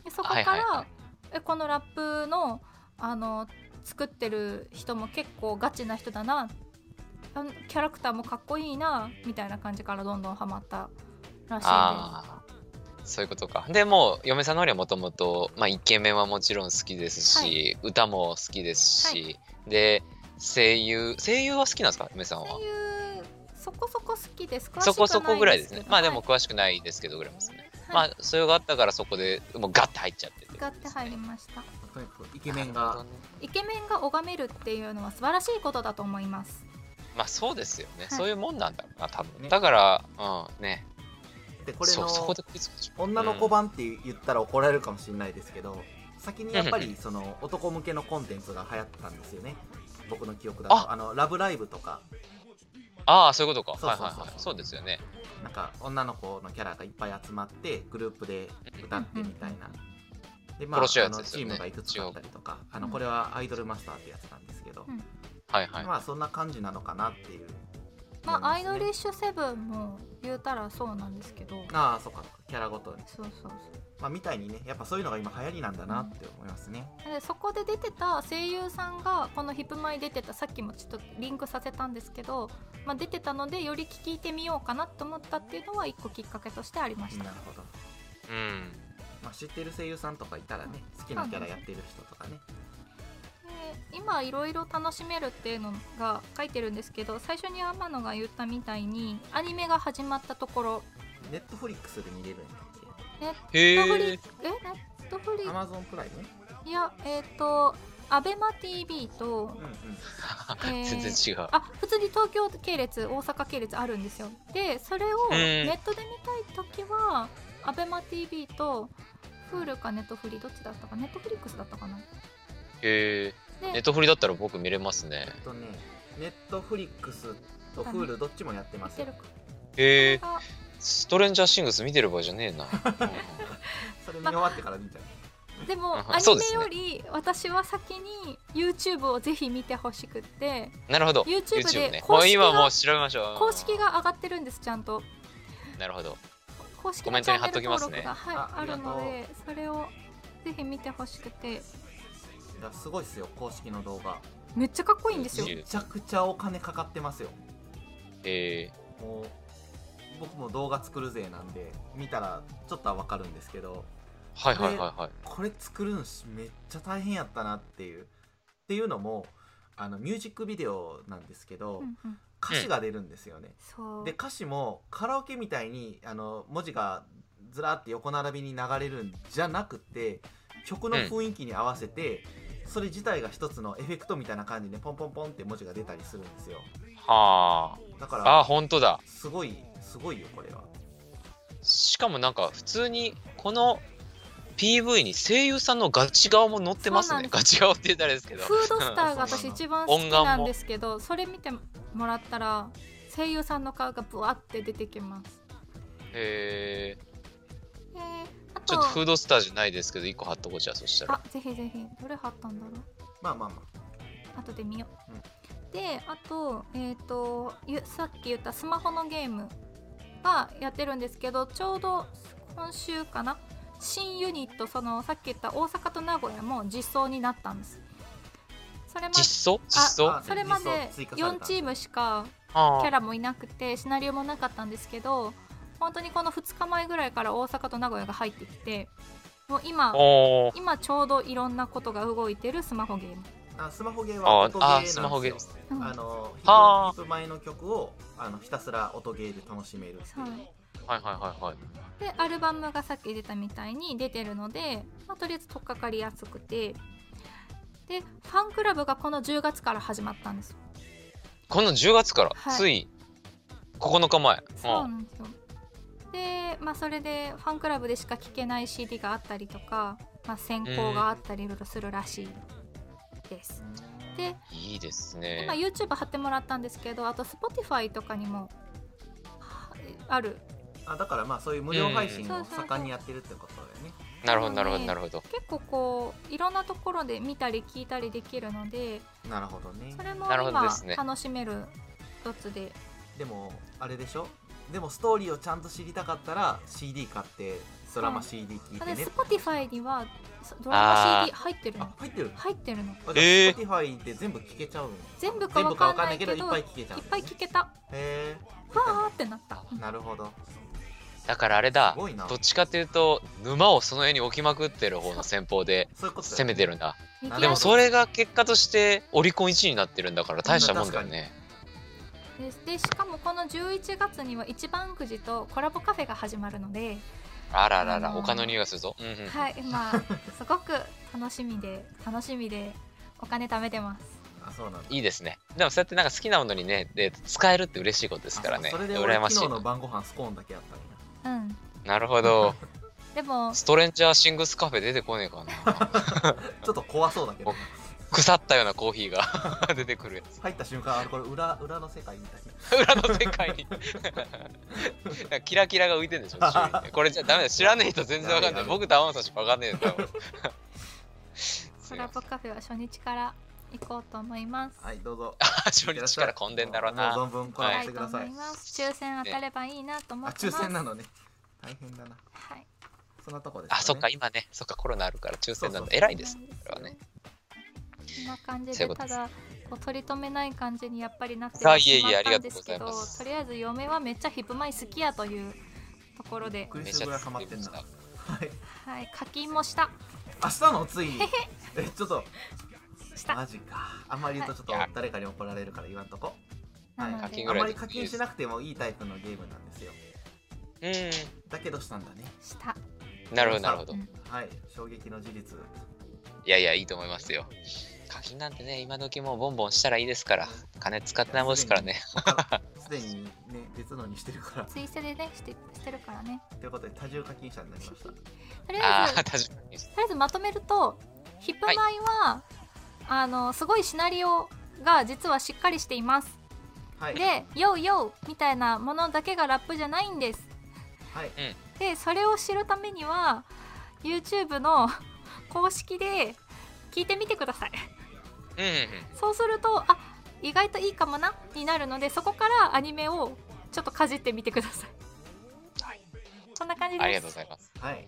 でそこから、
はいはいは
えこのラップのあの作ってる人も結構ガチな人だなあのキャラクターもかっこいいなみたいな感じからどんどんハマったらしい
ああそういうことかでもう嫁さんの方にはもともとまあイケメンはもちろん好きですし、歌も好きですし、で声優声優は好きなんですか嫁さん
です
は
声優そこそこ好きです詳しくはな
そ
い
こそこぐらいですね
けど
まあで
は
も
い
詳しくないですけどぐらいですね、
はい
まあそれがあったからそこでもうガッて入っちゃって
使って入りました
とにかくイケメンが
イケメンが拝めるっていうのは素晴らしいことだと思います
まあそうですよね、
はい
そういうもんなんだろうな多分、
ね
だからうんね
でこれ
そ
の
そこで食いつくでしょ
女の子版って言ったら怒られるかもしれないですけど、先にやっぱ
うんう
りその男向けのコンテンツが流行ったんですよね僕の記憶だと
あ
あのラブライブとか
ああそういうことか
そうそうそう
はいはいはいそうですよね
なんか女の子のキャラがいっぱい集まってグループで歌ってみたいな、でまあ
殺し合う
あ
やつ
の
です
チ
よ
ー
ね
ムがいくつかあったりとかあの
うん
これはアイドルマスターってやつなんですけど、
うん
はいはい、
まあそんな感じなのかなっていう
まあ、
思
ア
い
イ
ます
ド
ね
リッシュセブンも言うたらそうなんですけど
ああそっかそっかキャラごとに、
そうそう
まあ、みたいにねやっぱそういうのが今流行りなんだなって思いますね、
そうでそこで出てた声優さんがこの「ヒップマイ」出てたさっきもちょっとリンクさせたんですけど、まあ、出てたのでより聞いてみようかなと思ったっていうのは一個きっかけとしてありました、
なるほど、
うん
まあ、知ってる声優さんとかいたらね好きなキャラやってる人とかね
で今いろいろ楽しめるっていうのが書いてるんですけど最初に天野が言ったみたいにアニメが始まったところ
ネットフリックスで見れるんだっけ
へ
ネットフリ
え
えネットフリ
アマゾンプライム
いやえっ、とアベマ t v と
う、んうん
えー
全然違う
あ普通に東京系列大阪系列あるんですよでそれを
うん
ネットで見たい時は、アベマ t v と Hulu かネットフリどっちだったかネットフリックスだったかな
へえネッ
で
トフリだったら僕見れますね
えっとねネットフリックスと Hulu どっちもやってま
見
す
て
よ
るか
へえ
が
ストレンジャーシングス見てる場合じゃねえなうん
それ見終わってから見ちゃう
でも
うん
アニ
そうで
メ
すね
より私は先に YouTube をぜひ見てほしくって
なるほど
YouTube で
も
公
う
式
今
が
もう調べましょう
公式が上がってるんですちゃんと
なるほど
公式
コ
の
メン
チ
ト
ャ
に
ン
貼っ
ネ
と
ル
きま
登
すね
録が、はい、
あ
あるの
あり
でそれをぜひ見てほしくて
いやすごいっすよ公式の動画
めっちゃかっこいいんですよ
いい
めちゃくちゃお金かかってますよ
へえ
もう僕も動画作るぜなんで見たらちょっとは分かるんですけど
はいはいはいはい
これ作るんしめっちゃ大変やったなっていうっていうのもあのミュージックビデオなんですけど、
うんうん
歌詞が出るんですよね、
そう
で歌詞もカラオケみたいにあの文字がずらって横並びに流れるんじゃなくて曲の雰囲気に合わせて、それ自体が一つのエフェクトみたいな感じでポンポンポンって文字が出たりするんですよ
は
だか
ああ
ら
本当だ
すごいすごいよこれは
しかもなんか普通にこの PV に声優さんのガチ顔も載ってます
そうなん
ね
です
ガチ顔って言ったらあれですけど
フードスターが私一番好きなんですけどそれ見てもらったら声優さんの顔がブワって出てきます
へえ
であ
ち
と
ょっとフードスターじゃないですけど一個貼っとこうじゃあそしたら
あぜひぜひどれ貼ったんだろう
まあまあま
後で見よう、
うん
であと,、えー、とゆさっき言ったスマホのゲームがやってるんですけどちょうど今週かな新ユニットそのさっき言った大阪と名古屋も実装になったんですそれま
実装実装
あ
それまで
実装追加された
4チームしか
あ
キャ
ー
ラもいなくてシナリオもなかったんですけど本当にこの2日前ぐらいから大阪と名古屋が入ってきてもう今
おー
今ちょうどいろんなことが動いてるスマホゲーム、
ああスマホゲーは
あ
音
ー
ゲー
あ
なん
ー
です
ス
よ
マホゲーム
うん
あのヒ
はあ
ップ前の曲をあのひたすら音ゲーで楽しめるって
そ
いう
う
はいはいはいはい
でアルバムがさっき出たみたいに出てるので、まあ、とりあえず取っかかりやすくてでファンクラブがこの10月から始まったんですよ
この10月から、
はい
つい9日前。
そうなんですよ。で、まあ、それでファンクラブでしか聴けない CD があったりとか、まあ、選考があったりいろいろするらしいです。で、
うんいいです
今
ね。
YouTube 貼ってもらったんですけどあと Spotify とかにもはある
あだからまあそういう無料配信
う
を
ん
盛んにやってるってことだよね、
なるほど、なるほど、なるほど。
結構こういろんなところで見たり聞いたりできるので
なるほどね
それも
なるほど
今
ですね
楽しめる一つで
でもあれでしょでもストーリーをちゃんと知りたかったら CD 買ってドラマ CD 聞いて
あれ
ね
Spotify にはそドラ
あ
マ
ー
CD 入ってる
あ
の
入ってる
入ってるの
あ
えー
じゃあ Spotify って全部聞けちゃうの
全部か
全
わ
部か
か
わ
ん
かん
な
ない
い
け
け
ど
ど
いっぱい聞けちゃう
い
ん
っ
だ
ぱ
ね、
い聞けたわ
へ
ーってなった
えなるほど
だからあれだ
すごいな。
どっちかっていうと、沼をその絵に置きまくってる方の戦法で
そういうことだよ
攻めてるんだ。
な
で
るほ
も
ど
それが結果としてオリコン1位になってるんだから大したもんだよね。
ですでしかもこの11月には一番くじとコラボカフェが始まるので、
あららら
う
ら、
ん
他の匂いがするぞ。うんうん。
はい今すごく楽しみで楽しみでお金貯めてます
あそうなんだ
いいですね。でもそうやってなんか好きなものにね、で使えるって嬉しいことですからね。
あそうそれで俺
羨まし
昨
い
日。の晩ご飯スコーンだけやったり
うん
なるほど。
でも
ストレンジャーシングスカフェ出てこねえか な。
なちょっと怖そうだけど
腐ったようなコーヒーが 出てくるやつ。
入った瞬間あこれ裏裏の世界みたいな
裏の世界に。 なんかキラキラが浮いてる でしょ、周囲にこれじゃダメだ。知らねえ人全然わかんない。僕と天野さんしかわかんねえんだ よ。 す
コ
い
ラ
ませ
ボ
ん
カフェは初日から行こうと思います。
はいどうぞ
あ初日から混んでんだろうな。
もう存分コラボ
は
し
い、
てく
と
だ
思
さい
います。抽選当たればいいなと思
あ
って
抽
ます。
選なのね大変だな
はい。
そんなとこですね
あ、そっか、今ね、そっか、コロナあるから抽選なん
そう
だ。
そう
偉いです
そう
ね
なんで、
それはね。
すよ。こんな感じ
そうい
で
うこと
た
です
だこう取り留めない感じにやっぱりなって
さあ
しま
いえいえあ
っ
り
た
が
ん
と
で
うご
す
ざ
け
い
ど、
ます
とりあえず嫁はめっちゃヒップマイ好きやというところで、
ク
め
リ
ち
ス
ゃ
ぐらいハマ
作
っ
り
て
ま
ん
し
な
た。
はい
はい、課金もした
明日のつい にえちょっと
した
マジかあんまり言うとちょっと誰かに怒られるから言わんとこ
な
はい
の
課
で
金
あ
ぐ
ん
らい
まり課金しなくてもいいタイプのゲームなんですよ
う
だけどしたんだね
した。
ん。なるほど、なるほど
う。ん
はい衝撃の事実
いやいや、いいと思いますよ。課金なんてね、今時もうボンボンしたらいいですから、金使ってなんぼですからね。
すで にね別のにしてるから
追跡でねしてしてるからね。
ということで多重課金者になりました
とりあえ
あ
ず
あ、確かに。
とりあえずまとめるとヒップマイは、あのすごいシナリオが実はしっかりしています
はい
で「ヨーヨー」みたいなものだけがラップじゃないんです
はい
でそれを知るためには YouTube の公式で聞いてみてください
うんうんうん。
そうするとあ意外といいかもなになるのでそこからアニメをちょっとかじってみてくださいそんな感じです
ありがとうございます。
はい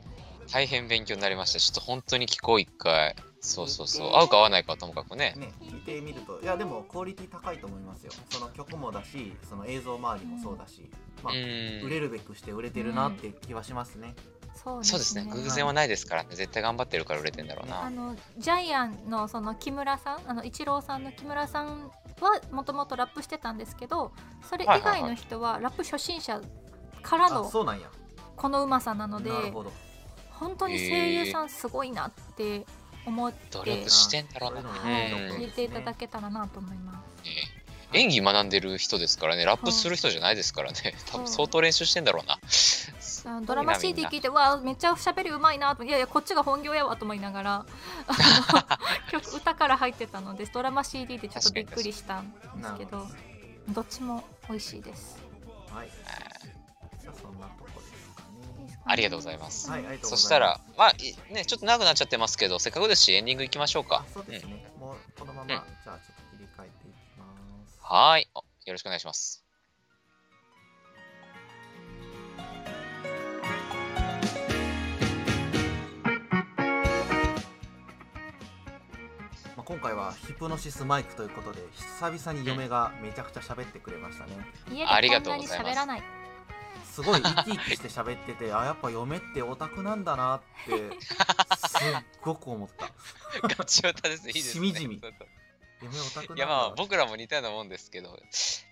大変勉強になりました。ちょっと本当に聞こう、一回。そうそうそう。合うか合わないかはともかくね。
ね聞いてみるといやでもクオリティ高いと思いますよその曲もだしその映像周りもそうだしま
う
あ売
ん。
れるべくして売れてるなって気はしますね
そう
そうですね。偶然はないですからね。絶対頑張ってるから売れてんだろうな。
あのジャイアンのその木村さんあのイチローさんの木村さんはもともとラップしてたんですけどそれ以外の人はラップ初心者から
あ
の
そうなんや
このうまさなの
な
で
るほど
本当に声優さんすごいなって思って、
努力してんだろうな。
そう
は
いう
い
のもいいところですね
聞いていただけたらなと思います。
ね演技学んでる人ですからね、ラップする人じゃないですからね、多分相当練習してんだろうな。
あのドラマ CD 聞いてわあめっちゃ喋りうまいなといやいやこっちが本業やわと思いながら あの曲歌から入ってたのでドラマ CD でちょっとびっくりしたんですけどどっちも美味しいです。
はいじゃあそんなとこですかね
ありがとうございます
はいありがとうございます
そしたら、まあ、いね、ちょっと長くなっちゃってますけど、せっかくですし、エンディングいきましょう
あ
か。
そうですねもうこのまま
ん
じゃあちょっと切り替えていきます
はーい、およろしくお願いします。
まあ、今回はヒプノシスマイクということで久々に嫁がめちゃくちゃ喋ってくれましたね
あ
家
り
で
が
こん
とう
な
ご
に
ざいます
喋らない。
すごい生き生きして喋っててあやっぱ嫁ってオタクなんだなってすっごく思った
ガチオタですね、いいですね。
しみじみ
そうそう
嫁オタクなん
い
だ
や
な
まあ僕らも似たようなもんですけど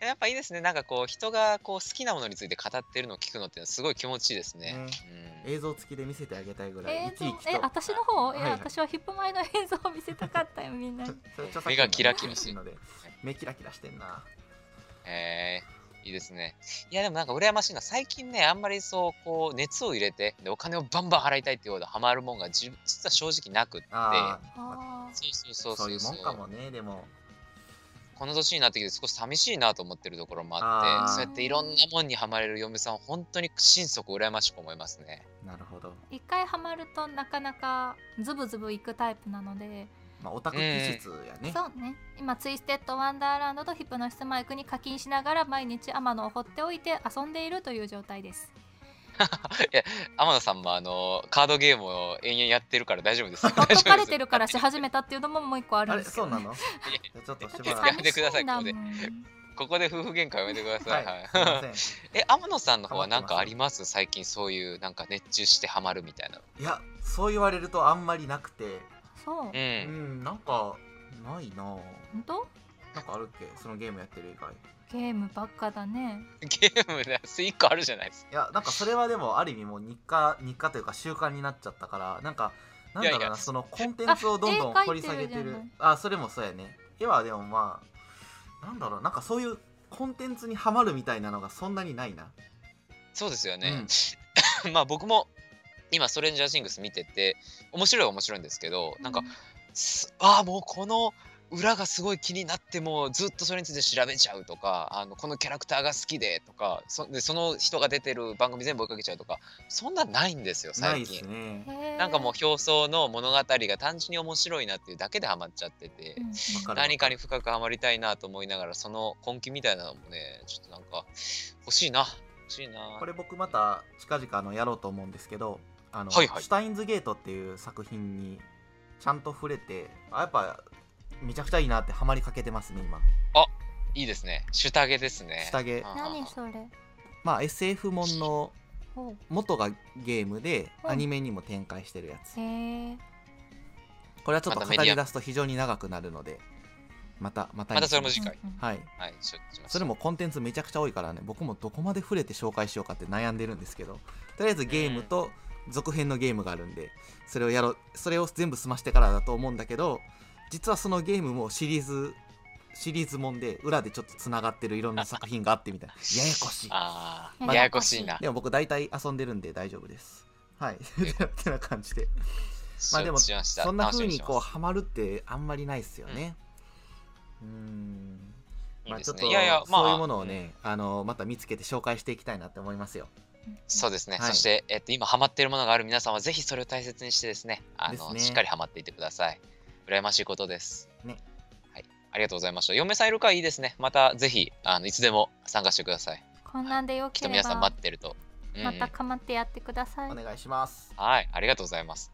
やっぱいいですねなんかこう人がこう好きなものについて語ってるのを聞くのってすごい気持ちいいですね
ね
うん
映像付きで見せてあげたいぐらい
映
生
像
き生きと、
え私の方、え
はいはい
私はヒップ前の映 像を見せたかったよみんなに
ちょちょ
目がキラキラして
ちょっとさっきのね目キラキラしてんな
えー、いいですね。いや、でもなんか羨ましいな。最近ね、あんまりそう、こう、熱を入れて、で、お金をバンバン払いたいっていうほどハマるもんが、じ実は正直なくって。
ああ、
あー
そうそうそう
そう
そ
いううもんかもねでも
この年になってきて少し寂しいなと思ってるところも
あ
あ
ー
ってそうやっていろんなもんにはまれる嫁さん本当に心底羨ましく思いますね
なるほど、
一回ハマるとなかなかズブズブいくタイプなので、
まあ、オタク気質やね、
そうね今ツイステッドワンダーランドとヒップノシスマイクに課金しながら毎日天野を放っておいて遊んでいるという状態です
天野さんもあのカードゲームを延々やってるから大丈夫ですよ
ほ っ
大丈夫で
と
す
かれてるからし始めたっていうのももう一個ある
あ
ん
れ
ですけ
そ
ど、
う
ね、
なのじゃあちょっとしばら
やめて
く
ください
寂
ここで
しんだもん
ここで夫婦喧嘩をやめてください、はい
すいません
え天野さんの方は何かあります最近そういうなんか熱中してハマるみたいない
やそう言われるとあんまりなくて
そう
う
うんんなんかないなぁ
本当
なんかあるっけそのゲームやってる以外い
ゲームばっかだね
ゲームだスイッ個あるじゃないですか
やなんかそれはでもある意味もう日課日課というか習慣になっちゃったからなんかなんだろうない
やいや
そのコンテンツをどんどん
あ絵
掘り下げて
描いてる
る
じゃない
あそれもそうやね絵はでもまあなんだろうなんかそういうコンテンツにはまるみたいなのがそんなにないな
そうですよね、 まあ僕も今ストレンジャーシングス見てて面白いは面白いんですけどなんかすああもうこの裏がすごい気になってもうずっとそれについて調べちゃうとかあのこのキャラクターが好きでとかそでその人が出てる番組全部追いかけちゃうとかそんなんないんですよ
ない
最
っす
近。
ね
なんかもう
う
表層の物語が単純に面白いなっていうだけでハマっちゃってて、
んうん
わかる
何かに深くハマりたいなと思いながらその根気みたいなのもねちょっとなんか欲しいな欲しいな
これ僕また近々あのやろうと思うんですけどあの、
はいはい
シュタインズゲートっていう作品にちゃんと触れてあやっぱめちゃくちゃいいなってハマりかけてますね今
いいですねシュタゲですね
シュタゲ
あー
何それ
まあ SF もんの
ほう
元がゲームで
うん
アニメにも展開してるやつ
へえ
これはちょっと
また
語
メディ
り
ア
出すと非常に長くなるのでまたまた
またそれも
にし
次回
うんうん
はい
はい承知しました
それもコンテンツめちゃくちゃ多いからね僕もどこまで触れて紹介しようかって悩んでるんですけどとりあえずゲームと続編のゲームがあるんでそれをやろうそれを全部済ましてからだと思うんだけど実はそのゲームもシリーズシリーズもんで裏でちょっとつながってるいろんな作品があってみ たいなややこしい
あ
ま
あ、
あ
ややこしいな。
でも僕大体遊んでるんで大丈夫ですはい てな感じでまあでも
承知しました
そんな風
楽しみ
に
して
こう
ます
ハマるってあんまりないっすよねうーんまあ
いいで
ち
す
ょっ
ね
と
いやいや、まあ、
そういうものをね、あのまた見つけて紹介していきたいなって思いますよ。
うん
そうですね、
はい
そして、えっと、今ハマっているものがある皆さんはぜひそれを大切にしてですねあ
です
の
ね
しっかりハマっていってください羨ましいことです
ね
はいありがとうございました嫁さんいるかいいですねまたぜひあのいつでも参加してください
こんなんでよ
きっ
け
と
れ
皆さん
ば
待ってると、うん
またかまってやってください
お願いします。
はいありがとうございます、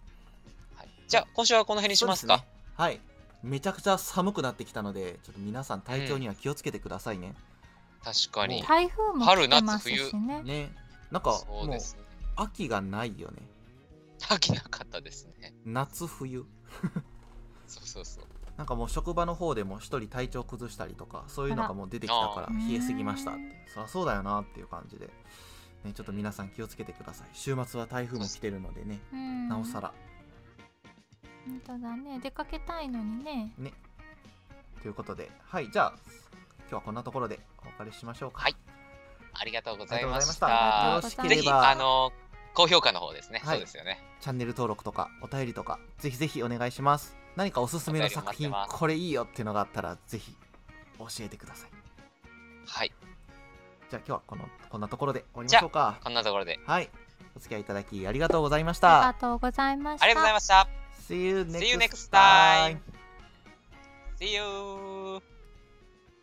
はい、じゃあ今週はこの辺にしますか
そうですねはい。めちゃくちゃ寒くなってきたので、ちょっと皆さん体調には気をつけてくださいね。
確かに
も
台風も来てますしね
ね。なんか
そう
もう
ですね
秋がないよね。
飽きなかったですね
夏冬。
そうそうそう
なんかもう職場の方でも一人体調崩したりとかそういうのがもう出てきたか
あ
ら
ら
冷えすぎましたってそりゃそうだよなっていう感じで、ね、ちょっと皆さん気をつけてください週末は台風も来てるのでね
うん
なおさら
本当だね出かけたいのにね
ね。ということで、はい、じゃあ、今日はこんなところでお別れしましょうか。
はいありがとうございまし
あ
りが
た
とう
りがとうござい
ございました
ましたよろしけ
ぜ
れ
ひ
ば、
あの高評価の方ですね、
はい
そうですよね
チャンネル登録とかお便りとか、ぜひぜひお願いします。何かおすすめの作
お便り
品
待ってま、
これいいよっていうのがあったら、ぜひ教えてください。
はい
じゃあ今日はこのこんなところで終わりましょうか。
こんなところで
はい。お付き合いいただきありがとうございました。
ありがとうございました
ありがとうございました
See you
See you
next
next
time!
time. See you.